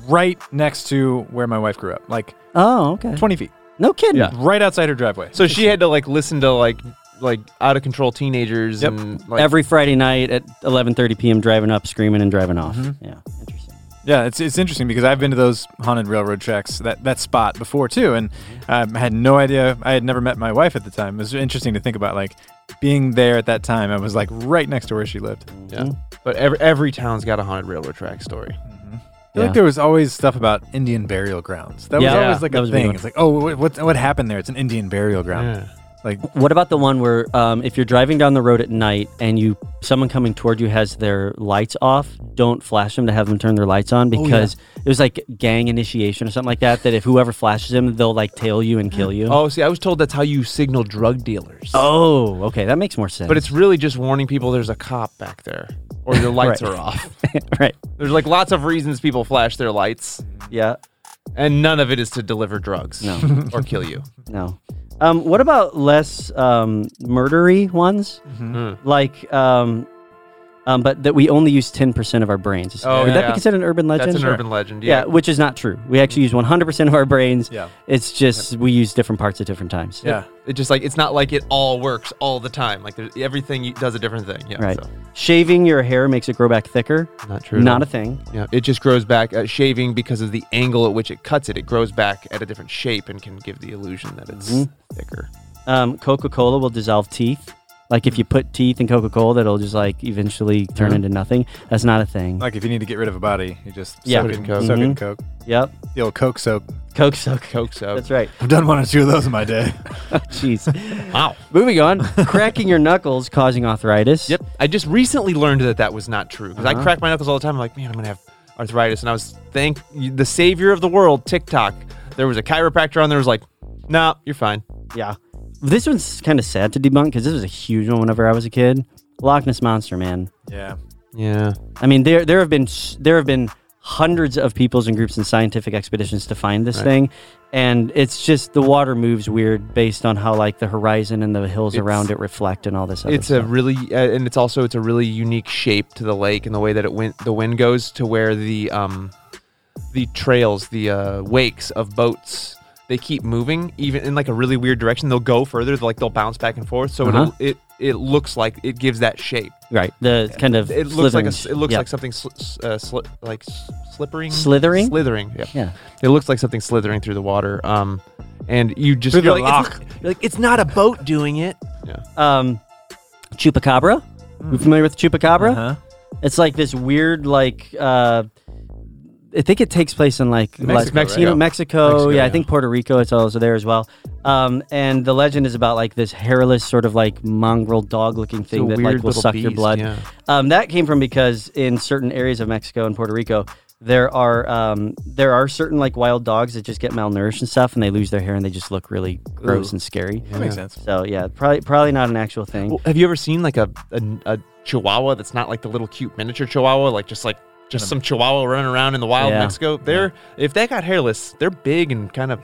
S1: right next to where my wife grew up, like
S2: oh, okay.
S1: 20 feet,
S2: No kidding.
S3: Yeah.
S1: right outside her driveway.
S3: So she had to like listen to like like out of control teenagers
S1: Yep.
S3: and like
S2: Every Friday night at 11:30 p.m. driving up, screaming and driving off.
S3: Mm-hmm.
S2: Yeah, interesting.
S1: Yeah, it's, it's interesting because I've been to those haunted railroad tracks, that, that spot before too, and um, I had no idea. I had never met my wife at the time. It was interesting to think about, like being there at that time. I was like right next to where she lived.
S3: Yeah. But every every town's got a haunted railroad track story.
S1: I feel
S2: Yeah.
S1: like there was always stuff about Indian burial grounds. That was
S2: Yeah.
S1: always like
S2: That
S1: a
S2: was a big
S1: thing.
S2: one.
S1: It's like, oh, what, what what happened there? It's an Indian burial ground.
S3: Yeah.
S1: Like,
S2: What about the one where um, if you're driving down the road at night and you someone coming toward you has their lights off, don't flash them to have them turn their lights
S3: Oh,
S2: on because it was like gang initiation or something like that. That if whoever flashes them, they'll like tail you and kill you.
S3: Oh, see, I was told that's how you signal drug dealers.
S2: Oh, okay, that makes more sense.
S3: But it's really just warning people there's a cop back there or your lights
S2: Right.
S3: are off.
S2: right.
S3: There's like lots of reasons people flash their lights,
S2: Yeah.
S3: and none of it is to deliver drugs
S2: No.
S3: or kill you.
S2: No. Um, what Mm-hmm.
S3: Hmm.
S2: about less um, murdery ones? Like um, um, but that we only use 10% of our brains.
S3: Oh,
S2: Would that
S3: yeah.
S2: be considered an urban legend?
S3: That's an
S2: Sure.
S3: urban legend. Yeah.
S2: which is not true. We actually use 100% of our brains.
S1: Yeah.
S2: It's just we use different parts at different times.
S1: Yeah.
S3: It just like it's not like it all works all the time. Like there's, everything you- does a different thing. Yeah.
S2: Right.
S3: so.
S2: Shaving your hair makes it grow back thicker.
S3: Not true at
S2: Not
S3: all.
S2: a thing.
S3: Yeah, it just grows back. Uh, shaving because of the angle at which it cuts it, it grows back at a different shape and can give the illusion that it's thicker.
S2: Um, Coca Cola will dissolve teeth. Like if you put teeth in Coca Cola, that'll just like eventually turn into nothing. That's not a thing.
S1: Like if you need to get rid of a body, you just
S2: Yeah.
S1: soak,
S2: Put
S3: it
S1: in,
S3: in Coke.
S1: soak in
S2: Mhm.
S1: Coke.
S2: yep.
S1: The old Coke soak.
S2: Coke soak.
S3: Coke soap.
S2: That's right.
S1: I've done one or two of those in my day.
S2: Jeez.
S3: Wow.
S2: Moving on. Cracking your knuckles causing arthritis.
S3: Yep. I just recently learned that that was not true because I crack my knuckles all the time. I'm like, man, I'm gonna have arthritis, and I was thank the savior of the world, TikTok. There was a chiropractor on there. who Was like, nah, you're fine.
S2: Yeah. This one's kind of sad to debunk because this was a huge one whenever I was a kid. Loch Ness monster, man.
S1: yeah.
S3: Yeah.
S2: I mean, there there have been s- there have been hundreds of peoples and groups and scientific expeditions to find this thing, and it's just the water moves weird based on how like the horizon and the hills around it reflect and all this. Other
S3: it's a really uh, and it's also it's a really unique shape to the lake and the way that it went the wind goes to where the um the trails the uh, wakes of boats they keep moving even in like a really weird direction they'll go further like they'll bounce back and forth so
S2: Uh-huh.
S3: it'll it it looks like it gives that shape
S2: right. The kind of
S3: it looks like a, s-
S2: slithering-
S3: it looks
S2: yeah.
S3: like something sl- s- uh, sli- like s- slippering
S2: Slithering?
S3: slithering yeah.
S2: Yeah.
S3: it looks like something slithering through the water um and you just
S1: Through the
S3: you're like, it's
S1: loch.
S3: not- you're like it's not a boat doing it yeah
S2: um, chupacabra.
S3: Hmm.
S2: You familiar with chupacabra?
S1: Uh-huh.
S2: It's like this weird, like uh, I think it takes place in like
S1: Mexico,
S2: like
S1: right?
S2: you know, Mexico.
S3: Mexico,
S2: yeah, I
S3: yeah.
S2: think Puerto Rico. It's also there as well. Um, and the legend is about like this hairless, sort of like mongrel dog-looking thing
S3: a
S2: that
S3: weird
S2: like will
S3: little
S2: suck your
S3: beast,
S2: blood.
S3: yeah.
S2: Um, that came from because in certain areas of Mexico and Puerto Rico. There are um, there are certain like wild dogs that just get malnourished and stuff, and they lose their hair and they just look really gross and scary.
S1: That makes sense.
S2: So yeah, probably probably not an actual thing.
S3: Well, have you ever seen like a, a a chihuahua that's not like the little cute miniature chihuahua, like just like just some chihuahua running around in the wild in
S2: Yeah.
S3: Mexico? They're if they got hairless, they're big and kind of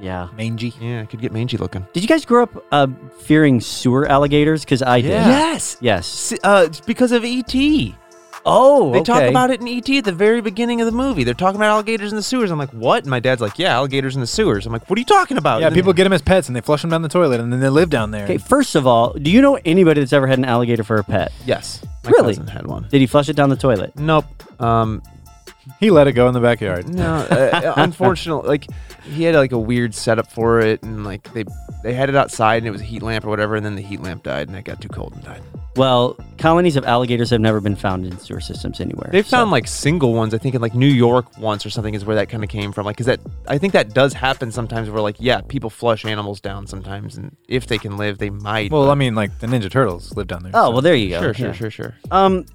S2: yeah,
S1: Mangy.
S3: yeah, could get mangy looking.
S2: Did you guys grow up uh, fearing sewer alligators? Because I did.
S1: Yeah.
S3: Yes.
S2: Yes.
S3: S- Uh, it's because of ET. They
S2: Oh,
S3: talk about it in ET at the very beginning of the movie. They're talking about alligators in the sewers. I'm like, what? And my dad's like, yeah, alligators in the sewers. I'm like, what are you talking about?
S1: Yeah,
S3: And then-
S1: people get them as pets and they flush them down the toilet and then they live down there.
S2: Okay, first of all, do you know anybody that's ever had an alligator for a pet?
S3: Yes. My
S2: Really?
S3: cousin had one.
S2: Did he flush it down the toilet?
S3: Nope. Um,
S1: He let it go in the backyard.
S3: No, uh, unfortunately, like he had like a weird setup for it, and like they they had it outside, and it was a heat lamp or whatever, and then the heat lamp died, and it got too cold and died.
S2: Well, colonies of alligators have never been found in sewer systems anywhere.
S3: They
S2: so-
S3: found like single ones, I think, in like New York once or something is where that kind of came from. Like, is that I think that does happen sometimes, where like yeah, people flush animals down sometimes, and if they can live, they might.
S1: Well,
S3: but-
S1: I mean, like the Ninja Turtles live down there.
S2: Oh
S1: so-
S2: well, there you go.
S3: sure, sure,
S2: Yeah.
S3: sure, sure.
S2: Um,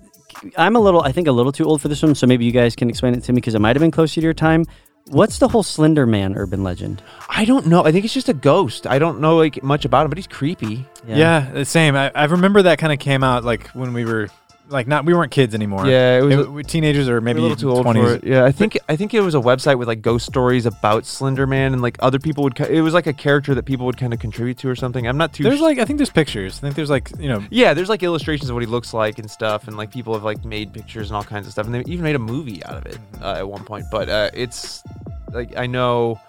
S2: I'm a little, I think, a little too old for this one, so maybe you guys can explain it to me because it might have been closer to your time. What's the whole Slender Man urban legend?
S3: I don't know. I think it's just a ghost. I don't know like much about him, but he's creepy.
S1: Yeah, the same. I, I remember that kind of came out like when we were like not we weren't kids anymore.
S3: Yeah, it was-
S1: we- teenagers or maybe
S3: a little too old
S1: 20s.
S3: for it. Yeah, I think I think it was a website with like ghost stories about Slender Man and like other people would. ki- It was like a character that people would kind of contribute to or something. I'm not too.
S1: There's
S3: sh-
S1: like I think there's pictures. I think there's like you know
S3: yeah, there's like illustrations of what he looks like and stuff, and like people have like made pictures and all kinds of stuff, and they even made a movie out of it uh, at one point. But uh, it's like I know,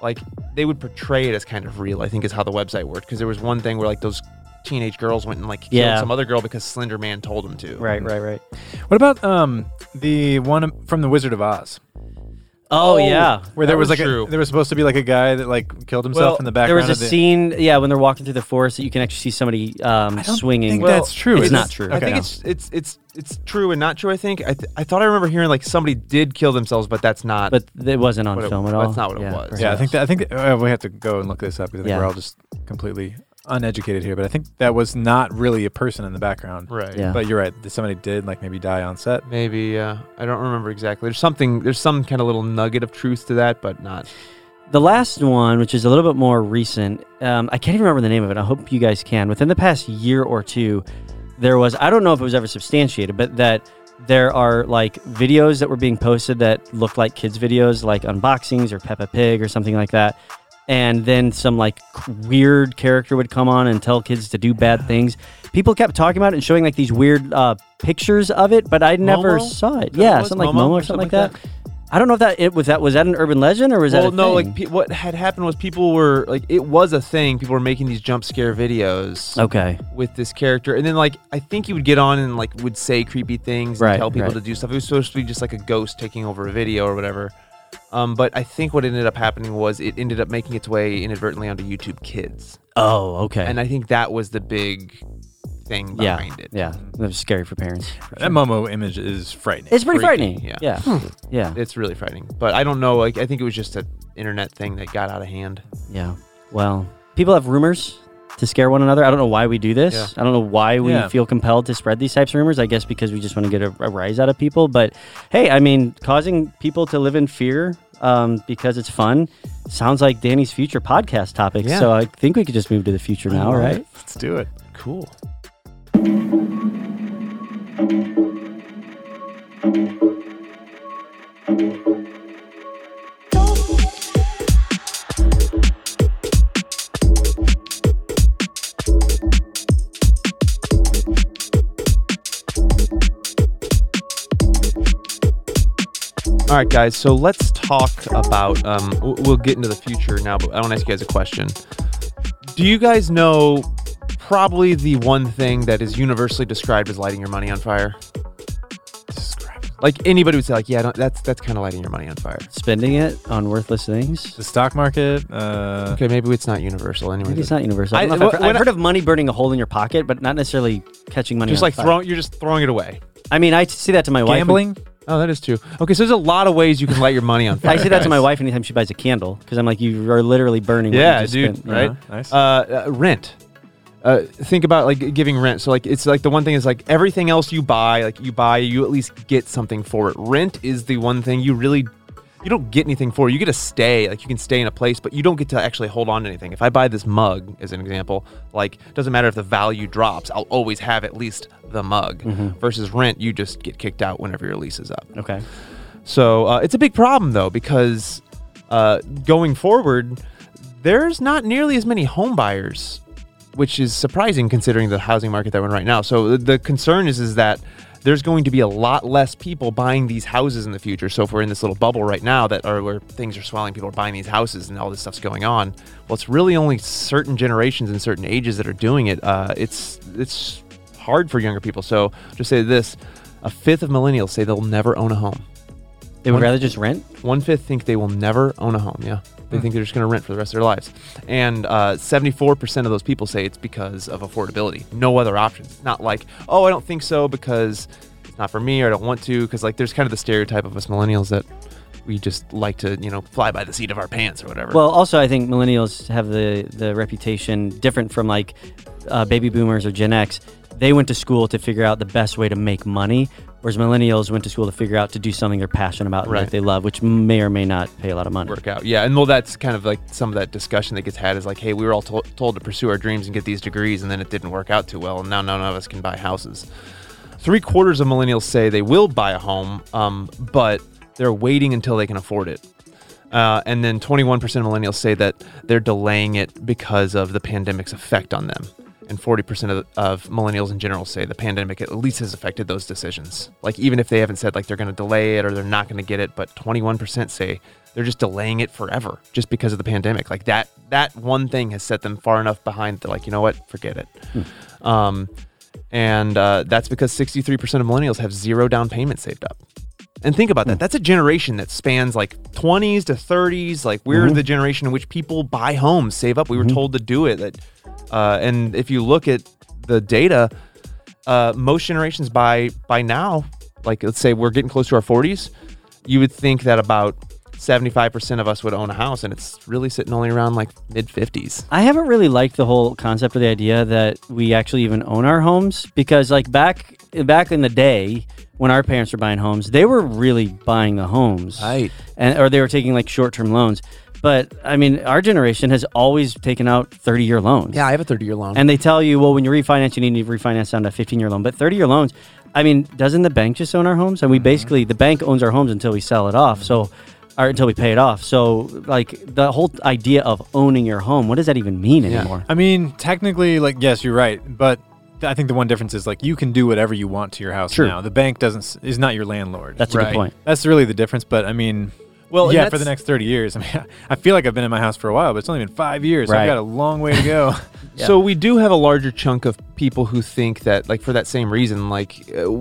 S3: like they would portray it as kind of real. I think is how the website worked because there was one thing where like those teenage girls went and like killed
S2: Yeah.
S3: some other girl because Slender Man told them to.
S2: Right, right, right.
S1: what about um the one from the Wizard of Oz
S2: Oh, yeah.
S1: where there
S3: That
S1: was,
S3: was
S1: like
S3: true.
S1: A, there was supposed to be like a guy that like killed himself
S3: Well,
S1: in the background.
S2: There was a
S1: of the,
S2: scene, yeah, when they're walking through the forest that you can actually see somebody um,
S1: I don't
S2: swinging.
S1: think that's true.
S2: It's
S1: is
S2: not
S1: it?
S2: true.
S3: I
S1: Okay.
S3: think it's it's it's it's true and not true. I think I, th- I thought I remember hearing like somebody did kill themselves, but that's not.
S2: but it wasn't on
S3: What it-
S2: film at all.
S3: that's not what it was.
S2: perhaps.
S1: Yeah, I think that I think uh, we have to go and look this up because I think
S2: Yeah.
S1: we're all just completely uneducated here. But I think that was not really a person in the background.
S3: right.
S2: Yeah.
S1: But you're right. that Somebody did like maybe die on set.
S3: Maybe uh, I don't remember exactly. There's something. There's some kind of little nugget of truth to that, but not.
S2: The last one, which is a little bit more recent, um, I can't even remember the name of it. I hope you guys can. Within the past year or two, there was, I don't know if it was ever substantiated, but that there are like videos that were being posted that looked like kids' videos, like unboxings or Peppa Pig or something like that. and then some like weird character would come on and tell kids to do bad things. People kept talking about it and showing like these weird uh, pictures of it, but I never
S3: Momo?
S2: saw it.
S3: Is that what it
S2: Yeah,
S3: was?
S2: something like
S3: Momo
S2: Momo or something, like that. I don't know if that it was that was that an urban legend or was
S3: Well,
S2: that a
S3: no,
S2: thing?
S3: like pe- what had happened was people were like it was a thing. People were making these jump scare videos
S2: okay,
S3: with this character, and then like I think he would get on and like would say creepy things,
S2: Right,
S3: and tell people
S2: right.
S3: to do stuff. It was supposed to be just like a ghost taking over a video or whatever. Um, but I think what ended up happening was it ended up making its way inadvertently onto YouTube Kids,
S2: oh okay,
S3: and I think that was the big thing
S2: yeah,
S3: behind it.
S2: yeah, that was scary for parents.
S1: That Momo image is frightening.
S2: It's pretty
S3: Freaky,
S2: frightening.
S3: yeah. Hmm.
S2: Yeah, yeah,
S3: It's really frightening, but I don't know. Like I think it was just an internet thing that got out of hand.
S2: yeah. Well, people have rumors to scare one another. I don't know why we do this.
S3: Yeah.
S2: I don't know why we
S1: Yeah.
S2: feel compelled to spread these types of rumors. I guess because we just want to get a, a rise out of people. But hey, I mean, causing people to live in fear um, because it's fun sounds like Danny's future podcast topic.
S3: Yeah.
S2: So I think we could just move to the future now, right?
S1: Let's do it.
S3: Cool. All right, guys. So let's talk about. Um, w- we'll get into the future now, but I want to ask you guys a question. Do you guys know probably the one thing that is universally described as lighting your money on fire?
S1: Describe it.
S3: Like anybody would say, like, yeah, I don't- that's that's kind of lighting your money on fire.
S2: Spending it on worthless things.
S1: The stock market. Uh,
S3: Okay, maybe it's not universal anyway.
S2: Maybe it's not universal. I
S3: I-
S2: don't know if I've,
S3: wh-
S2: heard,
S3: when
S2: I've
S3: I-
S2: heard of money burning a hole in your pocket, but not necessarily catching money.
S3: Just
S2: on
S3: like
S2: fire.
S3: throwing, you're just throwing it away.
S2: I mean, I see that to my wife.
S1: gambling.
S3: Oh, that is true. Okay, so there's a lot of ways you can light your money on fire.
S2: I say that to my
S3: guys.
S2: wife anytime she buys a candle because I'm like, you are literally burning. what you
S3: Yeah,
S2: just
S3: dude.
S2: spent," you
S3: right.
S2: know?
S1: Nice.
S3: Uh, uh, rent. Uh, think about like giving rent. So like it's like the one thing is like everything else you buy, like you buy, you at least get something for it. Rent is the one thing you really you don't get anything for. You get to stay, like you can stay in a place, but you don't get to actually hold on to anything. If I buy this mug, as an example, like doesn't matter if the value drops, I'll always have at least the mug. Versus rent, you just get kicked out whenever your lease is up.
S2: Okay.
S3: So uh, it's a big problem though because uh, going forward, there's not nearly as many home buyers, which is surprising considering the housing market that we're in right now. So the, the concern is is that there's going to be a lot less people buying these houses in the future. So if we're in this little bubble right now that are where things are swelling, people are buying these houses and all this stuff's going on. Well, it's really only certain generations and certain ages that are doing it. Uh, it's it's hard for younger people. So just say this: a fifth of millennials say they'll never own a home.
S2: They would
S3: One-
S2: rather just rent.
S3: One fifth think they will never own a home. Yeah. They think they're just going to rent for the rest of their lives. And uh, 74% of those people say it's because of affordability. No other options. It's not like, oh, I don't think so because it's not for me or I don't want to. Because, like, there's kind of the stereotype of us millennials that we just like to, you know, fly by the seat of our pants or whatever.
S2: Well, also, I think millennials have the the reputation different from like uh, baby boomers or Gen X. They went to school to figure out the best way to make money, whereas millennials went to school to figure out to do something they're passionate about and
S3: Right.
S2: that they love, which may or may not pay a lot of money.
S3: work out. Yeah, and well, that's kind of like some of that discussion that gets had is like, hey, we were all to- told to pursue our dreams and get these degrees, and then it didn't work out too well, and now none of us can buy houses. Three quarters of millennials say they will buy a home, um, but they're waiting until they can afford it. Uh, and then 21% of millennials say that they're delaying it because of the pandemic's effect on them. And 40% of, of millennials in general say the pandemic at least has affected those decisions. Like, even if they haven't said like they're going to delay it or they're not going to get it, but 21% say they're just delaying it forever just because of the pandemic. Like, that, that one thing has set them far enough behind that, like, you know what, forget it. Um, and uh, that's because 63% of millennials have zero down payment saved up. And think about that. That's a generation that spans like 20s to 30s. Like we're the generation in which people buy homes, save up. We were told to do it. That, uh, and if you look at the data, uh, most generations by by now, like let's say we're getting close to our 40s, you would think that about 75% of us would own a house, and it's really sitting only around like mid 50s.
S2: I haven't really liked the whole concept or the idea that we actually even own our homes because like back back in the day when our parents were buying homes, they were really buying the homes.
S3: Right.
S2: And or they were taking like short-term loans. But I mean, our generation has always taken out 30-year loans.
S3: I have a 30 year loan.
S2: And they tell you, well, when you refinance, you need to refinance down to 15 year loan. But 30 year loans,
S1: Mm-hmm.
S2: I mean, doesn't the bank just own our homes? And we basically, the bank owns our homes until we sell it off. So or until we pay it off. So, like the whole idea of owning your home, what does that even mean anymore?
S1: I mean, technically, like, yes, you're right, but th- I think the one difference is like you can do whatever you want to your house
S2: True.
S1: now. The bank doesn't s- is not your landlord.
S2: That's a good
S3: Right.
S2: point.
S1: That's really the difference. But I mean,
S3: Well, and
S1: yeah, for the
S3: that's-
S1: next thirty years. I mean, I feel like I've been in my house for a while, but it's only been five years. So
S2: Right.
S1: I've got a long way to go.
S2: Yeah.
S3: So we do have a larger chunk of people who think that, like, for that same reason, like, uh,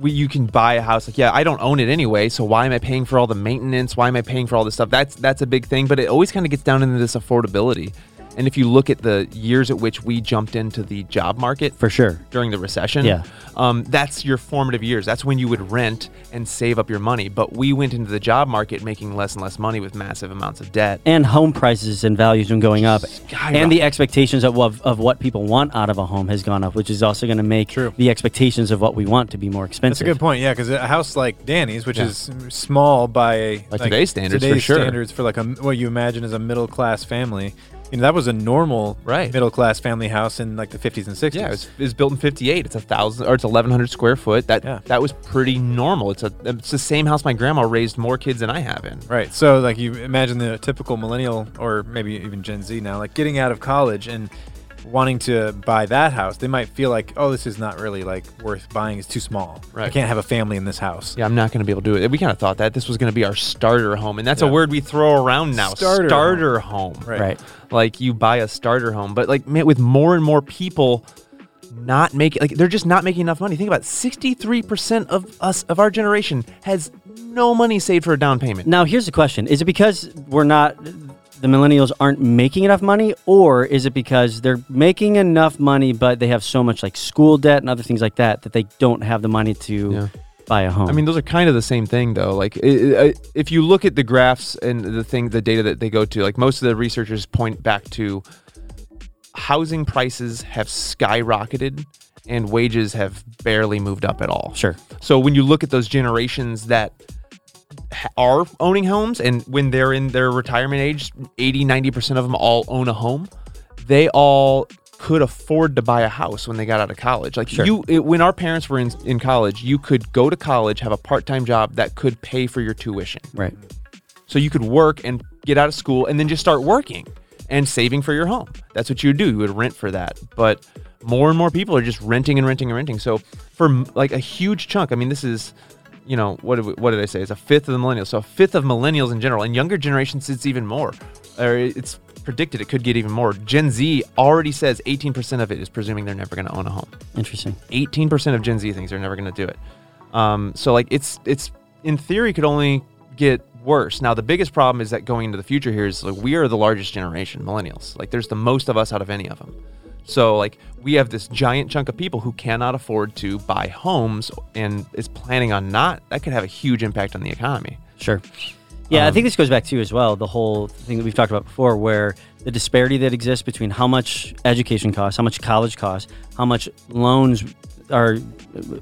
S3: we, you can buy a house. Like, yeah, I don't own it anyway, so why am I paying for all the maintenance? Why am I paying for all this stuff? That's that's a big thing, but it always kind of gets down into this affordability. And if you look at the years at which we jumped into the job market
S2: For sure.
S3: during the recession,
S2: Yeah.
S3: um, that's your formative years. That's when you would rent and save up your money. But we went into the job market making less and less money with massive amounts of debt.
S2: And home prices and values have been going up, and the expectations of, of of what people want out of a home has gone up, which is also going to make
S1: True.
S2: the expectations of what we want to be more expensive.
S1: That's a good point. Yeah, because a house like Danny's, which is small by
S3: By today's standards, for
S1: today's
S3: sure.
S1: standards for like a, what you imagine as a middle class family. You know, that was a normal
S3: Right.
S1: middle class family house in like the 50s and 60s.
S3: Yeah, it was, it was built in '58. It's a thousand or it's 1,100 square foot. That
S1: Yeah.
S3: that was pretty normal. It's a it's the same house my grandma raised more kids than I have in.
S1: Right. So, like, you imagine the typical millennial or maybe even Gen Z now, like getting out of college and wanting to buy that house. They might feel like, oh, this is not really like worth buying. It's too small. I
S3: Right.
S1: can't have a family in this house.
S3: Yeah, I'm not going to be able to do it. We kind of thought that this was going to be our starter home, and that's a
S1: Yeah.
S3: word we throw around now.
S1: Starter
S3: home.
S1: Right.
S2: right?
S3: Like you buy a starter home, but like man, with more and more people not making like they're just not making enough money. Think about 63% of us of our generation has no money saved for a down payment.
S2: Now, here's the question: Is it because we're not the millennials aren't making enough money, or is it because they're making enough money but they have so much like school debt and other things like that that they don't have the money to
S3: Yeah.
S2: buy a home?
S3: I mean, those are kind of the same thing, though. Like, i i if you look at the graphs and the thing, the data that they go to, like most of the researchers point back to housing prices have skyrocketed and wages have barely moved up at all.
S2: Sure.
S3: So when you look at those generations that ha- are owning homes and when they're in their retirement age, 80, 90% of them all own a home. They all could afford to buy a house when they got out of college. Like you it, when our parents were in, in college, you could go to college, have a part-time job that could pay for your tuition.
S2: right.
S3: So you could work and get out of school and then just start working and saving for your home. That's what you would do. You would rent for that. But more and more people are just renting and renting and renting. So for m- like a huge chunk, I mean, this is, you know, what did, we, what did I say? It's a fifth of the millennials. So a fifth of millennials in general and younger generations, it's even more. Or it's predicted it could get even more. Gen Z already says 18% of it is presuming they're never going to own a home.
S2: Interesting.
S3: 18% of Gen Z thinks they're never going to do it. Um, so like it's it's in theory could only get worse. Now the biggest problem is that going into the future here is like we are the largest generation, millennials. Like there's the most of us out of any of them. So like we have this giant chunk of people who cannot afford to buy homes and is planning on not. That could have a huge impact on the economy.
S2: Sure. Yeah,
S3: Um,
S2: I think this goes back to as well the whole thing that we've talked about before, where the disparity that exists between how much education costs, how much college costs, how much loans our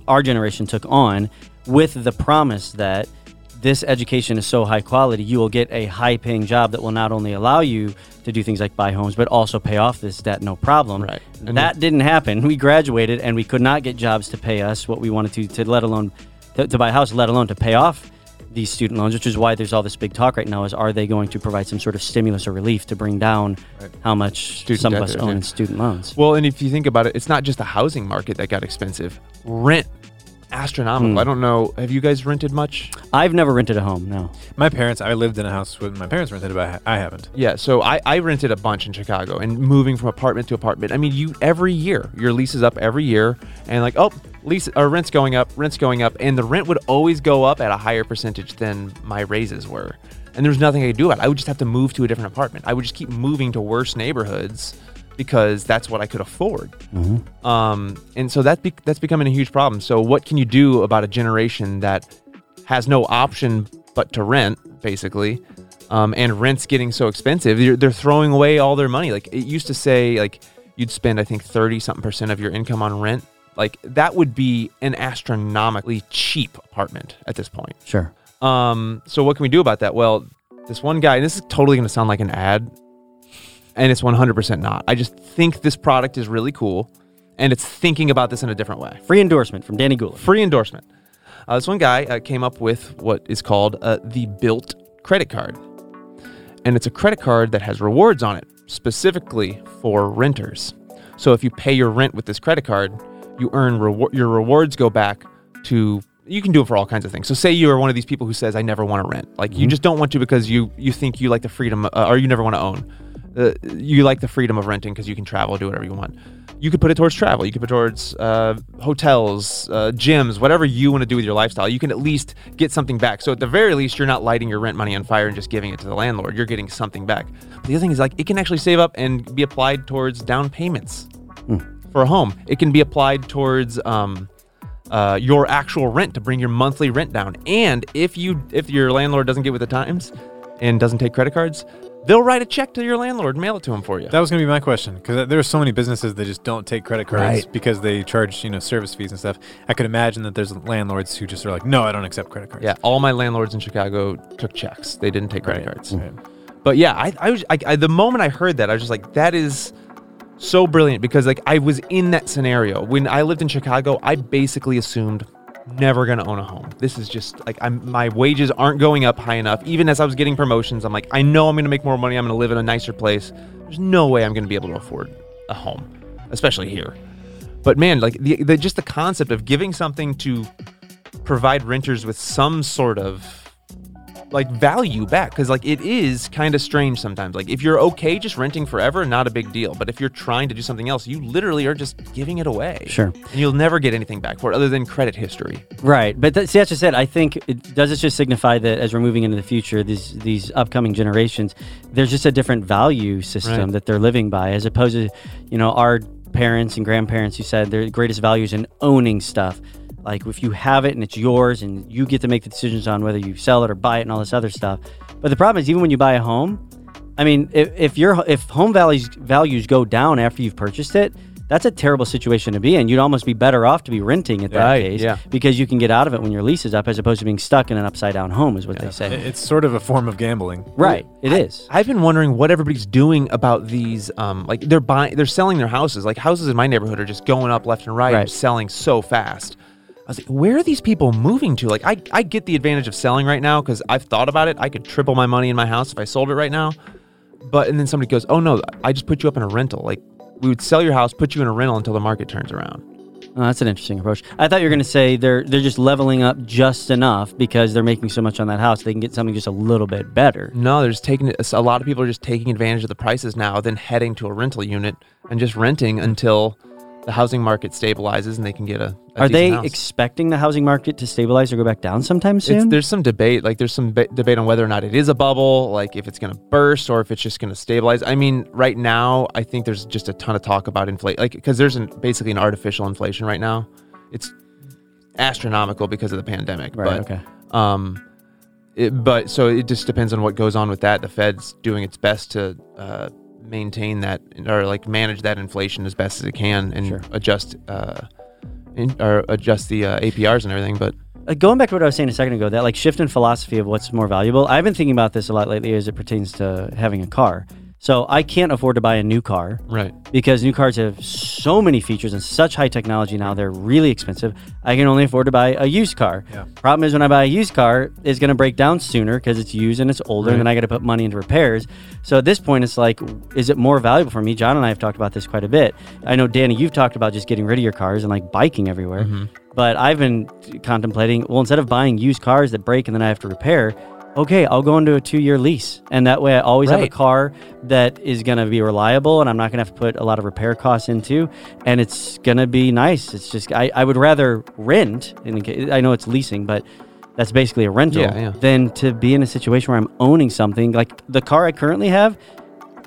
S2: our generation took on, with the promise that this education is so high quality, you will get a high paying job that will not only allow you to do things like buy homes, but also pay off this debt no problem.
S3: Right. And
S2: that didn't happen. We graduated and we could not get jobs to pay us what we wanted to, to let alone to, to buy a house, let alone to pay off these student loans, which is why there's all this big talk right now is are they going to provide some sort of stimulus or relief to bring down how much
S3: Student
S2: some of
S3: debt
S2: us
S3: is,
S2: own
S3: yeah.
S2: in student loans?
S3: Well, and if you think about it, it's not just the housing market that got expensive. Rent astronomical. I don't know. Have you guys rented much?
S2: I've never rented a home, no.
S1: My parents, I lived in a house with my parents rented, but I I haven't.
S3: Yeah, so I, I rented a bunch in Chicago and moving from apartment to apartment. I mean, you every year your lease is up every year, and like oh, lease or rent's going up, rent's going up, and the rent would always go up at a higher percentage than my raises were, and there was nothing I could do about it. I would just have to move to a different apartment. I would just keep moving to worse neighborhoods because that's what I could afford. Um, and so that be- that's becoming a huge problem. So what can you do about a generation that has no option but to rent, basically. Um, and rent's getting so expensive, they're, they're throwing away all their money. Like it used to say, like you'd spend, I think, thirty something percent of your income on rent. Like that would be an astronomically cheap apartment at this point.
S2: Sure.
S3: Um, so what can we do about that? Well, this one guy, and this is totally going to sound like an ad, and it's 100% not. I just think this product is really cool, and it's thinking about this in a different way
S2: Free endorsement from Danny Gulick.
S3: free endorsement. Uh, this one guy uh, came up with what is called uh, the built credit card. And it's a credit card that has rewards on it, specifically for renters. So if you pay your rent with this credit card, you earn reward. Your rewards go back to you can do it for all kinds of things. So say you are one of these people who says I never want to rent, like you just don't want to because you you think you like the freedom uh, or you never want to own. Uh, you like the freedom of renting because you can travel, do whatever you want. You could put it towards travel. You could put it towards uh, hotels, uh, gyms, whatever you want to do with your lifestyle. You can at least get something back. So at the very least, you're not lighting your rent money on fire and just giving it to the landlord. You're getting something back. But the other thing is like it can actually save up and be applied towards down payments for a home. It can be applied towards um, uh, your actual rent to bring your monthly rent down. And if you if your landlord doesn't get with the times and doesn't take credit cards, they'll write a check to your landlord and mail it to him for you.
S1: That was going to be my question because there are so many businesses that just don't take credit cards
S2: Right.
S1: because they charge you know service fees and stuff. I could imagine that there's landlords who just are like, no, I don't accept credit cards.
S3: yeah, all my landlords in Chicago took checks. They didn't take credit cards.
S1: Right.
S3: But yeah, I, I was I, I, the moment I heard that, I was just like, that is so brilliant because like I was in that scenario when I lived in Chicago. I basically assumed never gonna own a home. This is just like I'm my wages aren't going up high enough. Even as I was getting promotions, I'm like, I know I'm gonna make more money. I'm gonna live in a nicer place. There's no way I'm gonna be able to afford a home, especially here. But man, like the, the just the concept of giving something to provide renters with some sort of like value back because like it is kind of strange sometimes like if you're okay just renting forever not a big deal but if you're trying to do something else you literally are just giving it away
S2: Sure.
S3: and you'll never get anything back for it other than credit history
S2: Right, but that, see, that's just it. I think it, does it just signify that as we're moving into the future, these these upcoming generations, there's just a different value system
S3: Right.
S2: that they're living by, as opposed to you know our parents and grandparents who said their greatest value is in owning stuff. Like if you have it and it's yours, and you get to make the decisions on whether you sell it or buy it and all this other stuff. But the problem is, even when you buy a home, I mean, if, if your if home values values go down after you've purchased it, that's a terrible situation to be in. You'd almost be better off to be renting at that
S3: Right,
S2: case
S3: yeah.
S2: because you can get out of it when your lease is up as opposed to being stuck in an upside down home is what they say.
S1: It- It's sort of a form of gambling.
S2: right. It is.
S3: I've been wondering what everybody's doing about these. Um, like they're buying, they're selling their houses. Like houses in my neighborhood are just going up left and right,
S2: Right.
S3: and selling so fast. I was like, where are these people moving to? Like, I, I get the advantage of selling right now because I've thought about it. I could triple my money in my house if I sold it right now. But and then somebody goes, oh no, I just put you up in a rental. Like we would sell your house, put you in a rental until the market turns around.
S2: Oh, that's an interesting approach. I thought you were going to say they're they're just leveling up just enough because they're making so much on that house they can get something just a little bit better.
S3: No, they're just taking a lot of people are just taking advantage of the prices now, then heading to a rental unit and just renting until the housing market stabilizes and they can get a. a
S2: Are
S3: decent
S2: they
S3: house.
S2: expecting the housing market to stabilize or go back down sometime
S3: It's,
S2: soon?
S3: there's some debate. Like there's some ba- debate on whether or not it is a bubble, like if it's going to burst or if it's just going to stabilize. I mean, right now, I think there's just a ton of talk about inflation, like because there's an, basically an artificial inflation right now. It's astronomical because of the pandemic.
S2: Right,
S3: But,
S2: okay.
S3: Um, it, but so it just depends on what goes on with that. The Fed's doing its best to uh, maintain that or like manage that inflation as best as it can and
S2: Sure.
S3: adjust uh, in, or adjust the uh, APRs and everything. But
S2: like Uh, going back to what I was saying a second ago, that like shift in philosophy of what's more valuable. I've been thinking about this a lot lately as it pertains to having a car. So I can't afford to buy a new car
S3: right.
S2: because new cars have so many features and such high technology now they're really expensive i can only afford to buy a used car
S1: Yeah.
S2: problem is when i buy a used car it's going to break down sooner because it's used and it's older and then i got to put money into repairs so at this point it's like is it more valuable for me john and i have talked about this quite a bit i know danny you've talked about just getting rid of your cars and like biking everywhere but i've been contemplating well instead of buying used cars that break and then i have to repair okay i'll go into a two-year lease and that way i always have a
S3: Right.
S2: car car that is going to be reliable and I'm not going to have to put a lot of repair costs into. And it's going to be nice. It's just, I, I would rather rent, in the case, I know it's leasing, but that's basically a rental,
S3: Yeah, yeah.
S2: than to be in a situation where I'm owning something. Like the car I currently have,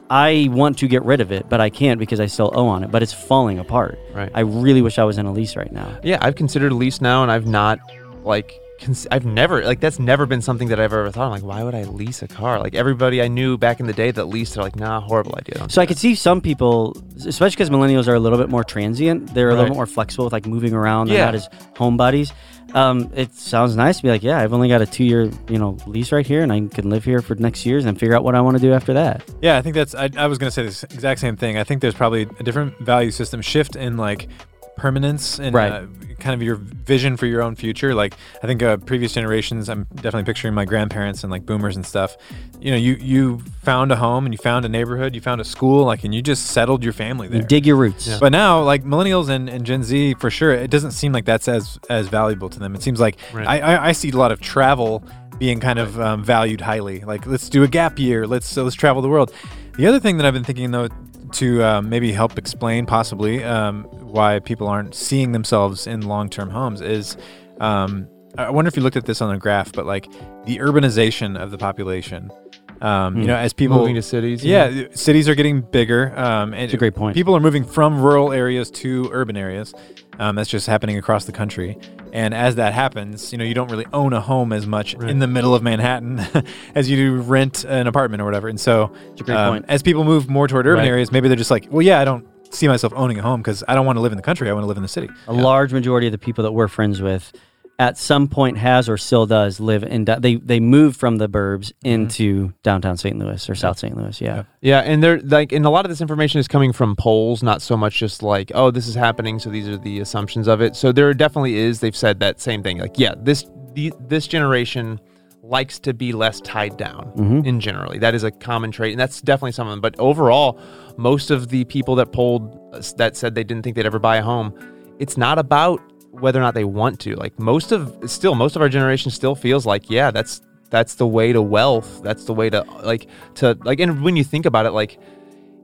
S2: I want to get rid of it, but I can't because I still owe on it, but it's falling apart.
S3: Right.
S2: I really wish I was in a lease right now.
S3: Yeah, I've considered a lease now, and I've not like cons- I've never like that's never been something that I've ever thought. I'm like, why would I lease a car? Like everybody I knew back in the day that leased, they're like, nah, horrible idea. Don't
S2: So I could see some people, especially because millennials are a little bit more transient. They're a little
S3: Right.
S2: bit more flexible with like moving around. They're
S3: Yeah.
S2: not as homebodies. Um, it sounds nice to be like, yeah, I've only got a two-year, you know, lease right here, and I can live here for next years and figure out what I want to do after that.
S1: Yeah, I think that's. I, I was gonna say this exact same thing. I think there's probably a different value system shift in like permanence and
S2: Right.
S1: uh, kind of your vision for your own future. Like I think uh, previous generations, I'm definitely picturing my grandparents and like boomers and stuff. You know, you you found a home and you found a neighborhood, you found a school, like, and you just settled your family there.
S2: You dig your roots.
S1: But now, like millennials and, and Gen Z, for sure, it doesn't seem like that's as as valuable to them. It seems like
S3: Right.
S1: I, I I see a lot of travel being kind of um, valued highly. Like let's do a gap year. Let's so let's travel the world. The other thing that I've been thinking though to um, maybe help explain possibly um, why people aren't seeing themselves in long term homes is. Um, I wonder if you looked at this on a graph, but like the urbanization of the population, um, you know, as people
S3: Hmm. Moving to cities, you
S1: yeah, th- cities are getting bigger. Um, and
S2: a great point.
S1: People are moving from rural areas to urban areas. Um, that's just happening across the country. And as that happens, you know, you don't really own a home as much in the middle of Manhattan as you do rent an apartment or whatever. And so, um,
S2: a great point.
S1: as people move more toward urban
S3: Right.
S1: areas, maybe they're just like, well, yeah, I don't see myself owning a home because I don't want to live in the country. I want to live in the city.
S2: A large majority of the people that we're friends with at some point has or still does live in do- they they moved from the burbs
S3: Mm-hmm.
S2: into downtown St. Louis or South St. Louis, yeah.
S3: Yeah, and they're like, and a lot of this information is coming from polls, not so much just like, oh, this is happening, so these are the assumptions of it. So there definitely is. They've said that same thing. Like, yeah, this the, this generation likes to be less tied down in generally. That is a common trait, and that's definitely something. But overall, most of the people that polled uh, that said they didn't think they'd ever buy a home, it's not about whether or not they want to. Like most of still most of our generation still feels like, yeah, that's that's the way to wealth. That's the way to like to like and when you think about it like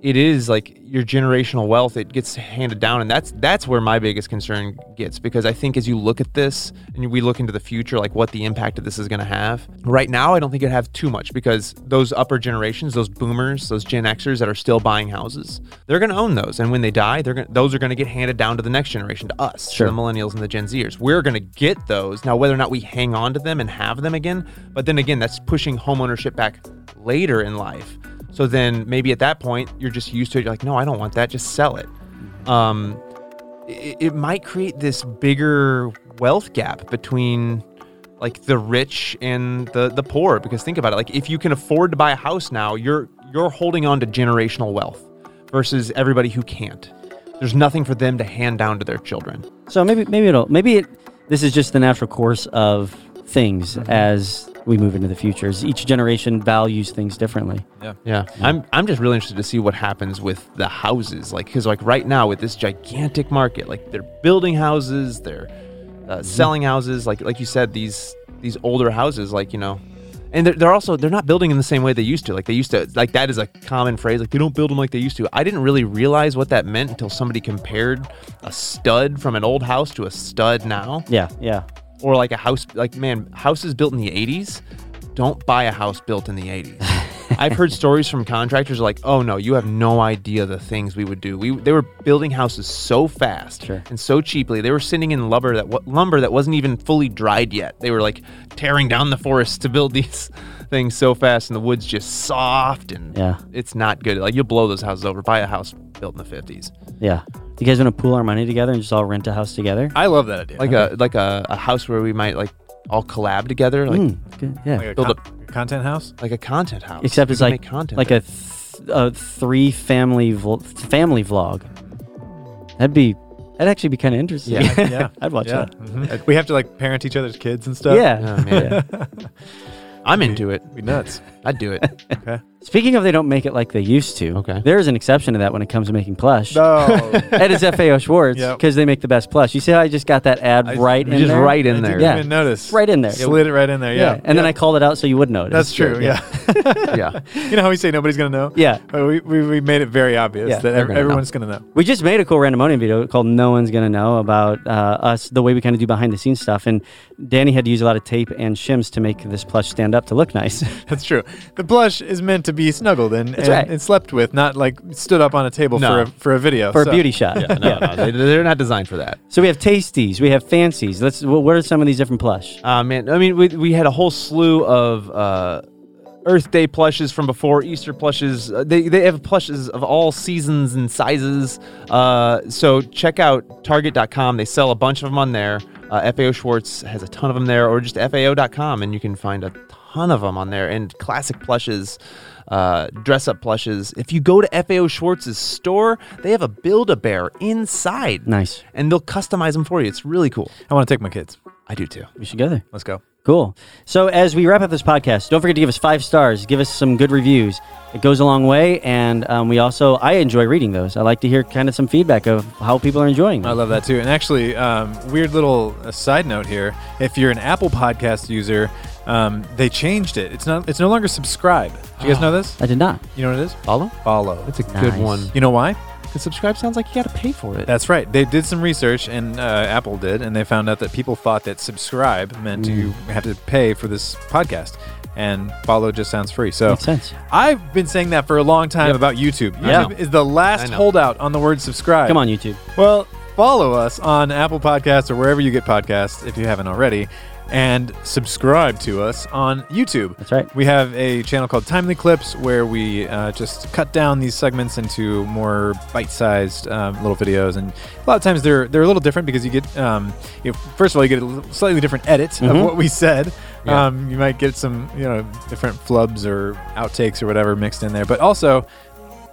S3: it is like your generational wealth it gets handed down and that's that's where my biggest concern gets because I think as you look at this and we look into the future like what the impact of this is going to have. Right now I don't think it have too much because those upper generations, those boomers, those Gen Xers that are still buying houses, they're going to own those and when they die, they're gonna, those are going to get handed down to the next generation to us, to the millennials and the Gen Zers. We're going to get those. Now whether or not we hang on to them and have them again, but then again that's pushing homeownership back later in life. So then maybe at that point you're just used to it. You're like, no, I don't want that. Just sell it. Um, it, it might create this bigger wealth gap between like the rich and the the poor. Because think about it. Like if you can afford to buy a house now, you're you're holding on to generational wealth versus everybody who can't. There's nothing for them to hand down to their children.
S2: So maybe maybe it'll maybe it this is just the natural course of things as we move into the future. Is each generation values things differently.
S3: Yeah, I'm I'm just really interested to see what happens with the houses, like because like right now with this gigantic market, like they're building houses, they're uh, selling houses, like like you said, these these older houses, like you know, and they're, they're also they're not building in the same way they used to. Like they used to, like that is a common phrase, like they don't build them like they used to. I didn't really realize what that meant until somebody compared a stud from an old house to a stud now
S2: Yeah, yeah.
S3: or like a house like man houses built in the 80s don't buy a house built in the 80s i've heard stories from contractors like oh no you have no idea the things we would do we they were building houses so fast
S2: Sure.
S3: and so cheaply they were sending in lumber that wa- lumber that wasn't even fully dried yet they were like tearing down the forest to build these things so fast and the woods just soft and
S2: Yeah.
S3: it's not good like you'll blow those houses over buy a house built in the 50s
S2: Yeah. You guys want to pool our money together and just all rent a house together?
S1: I love that idea.
S3: like a like a, a house where we might like all collab together like
S2: Hmm, good, yeah.
S1: Like a
S3: build
S1: con- content house.
S3: like a content house.
S2: Except
S3: We
S2: it's
S3: can
S2: like
S3: make content.
S2: like a, th- a three family vl- family vlog. That'd be that'd actually be kind of interesting.
S3: Yeah.
S1: Yeah,
S2: I'd watch
S1: yeah.
S2: that.
S1: Mhm. We have to like parent each other's kids and stuff.
S2: Yeah.
S3: Oh, man. I'm into it.
S1: we nuts.
S3: I'd do it.
S1: Okay.
S2: Speaking of, they don't make it like they used to.
S3: Okay.
S2: There is an exception to that when it comes to making plush.
S1: No.
S2: that is FAO Schwartz
S1: Yep.
S2: because they make the best plush. You see how I just got that ad
S1: I-
S2: right
S1: you
S2: in
S3: just
S2: there?
S3: right in
S1: I
S3: there.
S1: didn't
S2: Yeah.
S1: even notice.
S2: Right in there.
S1: Slid it right in there. Yeah.
S2: And then I called it out so you would notice.
S1: That's true. Yeah.
S3: Yeah.
S1: you know how we say nobody's gonna know.
S2: Yeah.
S1: But we, we, we made it very obvious
S2: Yeah,
S1: that
S3: they're
S1: ev-
S3: gonna
S1: everyone's gonna know.
S2: We just made a cool randomonium video called "No One's Gonna Know" about uh, us, the way we kind of do behind the scenes stuff. And Danny had to use a lot of tape and shims to make this plush stand up to look nice.
S1: That's true. The plush is meant to be snuggled and and,
S2: right.
S1: and slept with, not like stood up on a table
S3: No.
S1: for a, for a video
S2: for
S1: So-
S2: a beauty shot.
S3: Yeah. No, no, they, they're not designed for that.
S2: So we have tasties, we have fancies. Let's. wh- What are some of these different plush?
S3: Uh, man, I mean, we, we had a whole slew of uh, Earth Day plushes from before, Easter plushes. Uh, they, they have plushes of all seasons and sizes. Uh, so check out Target.com. They sell a bunch of them on there. Uh, FAO Schwartz has a ton of them there, or just FAO.com, and you can find a ton of them on there, and classic plushes, uh, dress up plushes. If you go to FAO Schwartz's store, they have a Build a Bear inside.
S2: Nice.
S3: And they'll customize them for you. It's really cool.
S1: I want to take my kids.
S3: I do too.
S2: We should go there.
S1: Let's go.
S2: Cool. So as we wrap up this podcast, don't forget to give us five stars. Give us some good reviews. It goes a long way, and um, we also I enjoy reading those. I like to hear kind of some feedback of how people are enjoying.
S1: I
S2: Them.
S1: love that too. And actually, um, weird little uh, side note here: if you're an Apple Podcast user, um, they changed it. It's not. It's no longer subscribe. Do you guys know this?
S2: I did not.
S1: You know what it is?
S3: Follow?
S1: Follow.
S3: That's a
S2: Nice.
S3: good one.
S1: you know why?
S3: Because subscribe sounds like you got to pay for it.
S1: That's right. They did some research, and uh, Apple did, and they found out that people thought that subscribe meant you
S2: Mm.
S1: have to pay for this podcast, and follow just sounds free. So
S2: Makes sense.
S1: I've been saying that for a long time about YouTube.
S2: Yeah.
S1: YouTube is the last
S3: I know.
S1: holdout on the word subscribe.
S2: Come on, YouTube.
S1: Well, follow us on Apple Podcasts or wherever you get podcasts if you haven't already, and subscribe to us on YouTube.
S2: That's right.
S1: We have a channel called Timely Clips where we uh, just cut down these segments into more bite-sized um, little videos, and a lot of times they're they're a little different because you get um, you know, first of all you get a little- slightly different edit
S2: Mm-hmm.
S1: of what we said.
S3: Yeah.
S1: Um, you might get some you know different flubs or outtakes or whatever mixed in there, but also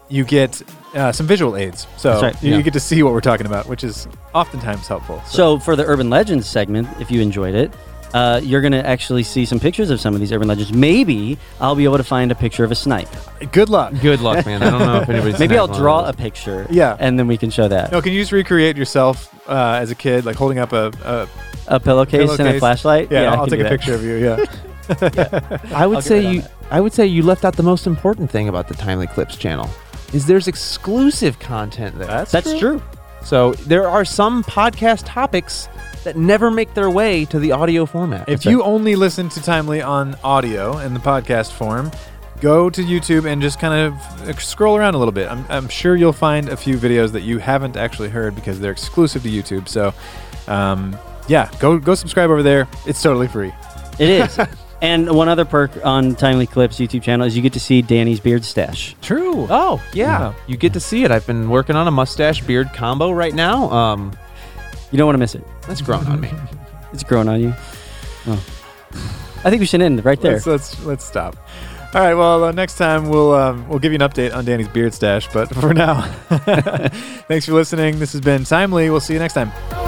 S1: you get uh, some visual aids. So
S2: That's right,
S1: you,
S2: yeah.
S1: you get to see what we're talking about, which is oftentimes helpful.
S2: So for the urban legends segment, if you enjoyed it, uh, you're gonna actually see some pictures of some of these urban legends. Maybe I'll be able to find a picture of a snipe.
S1: good luck.
S3: Good luck, man. I don't know if anybody's.
S2: Maybe
S3: seen
S2: I'll
S3: that one.
S2: draw a picture.
S1: Yeah.
S2: and then we can show that.
S1: No, can you just recreate yourself uh, as a kid, like holding up a, a
S2: A pillowcase, and a
S1: Pillowcase.
S2: flashlight.
S1: yeah?
S2: I
S1: I'll
S2: can
S1: take
S2: do
S1: a
S2: that.
S1: picture of you. Yeah,
S3: I would
S2: I'll get
S3: say
S2: right on
S3: you. I would say you left out the most important thing about the Timely Clips channel is there's exclusive content there.
S2: That's true.
S3: so there are some podcast topics that never make their way to the audio format.
S1: If you only listen to Timely on audio in the podcast form, go to YouTube and just kind of scroll around a little bit. I'm, I'm sure you'll find a few videos that you haven't actually heard because they're exclusive to YouTube. So, um, yeah, go go subscribe over there. It's totally free.
S2: It is. and one other perk on Timely Clips YouTube channel is you get to see Danny's beard stash.
S1: True.
S3: Oh yeah, you get to see it. I've been working on a mustache beard combo right now. Um,
S2: You don't want to miss it.
S3: that's grown on me.
S2: It's growing on you. Oh. I think we should end right there.
S1: Let's, let's let's stop. All right. Well, uh, next time we'll um, we'll give you an update on Danny's beard stash. But for now, thanks for listening. This has been Timely. We'll see you next time.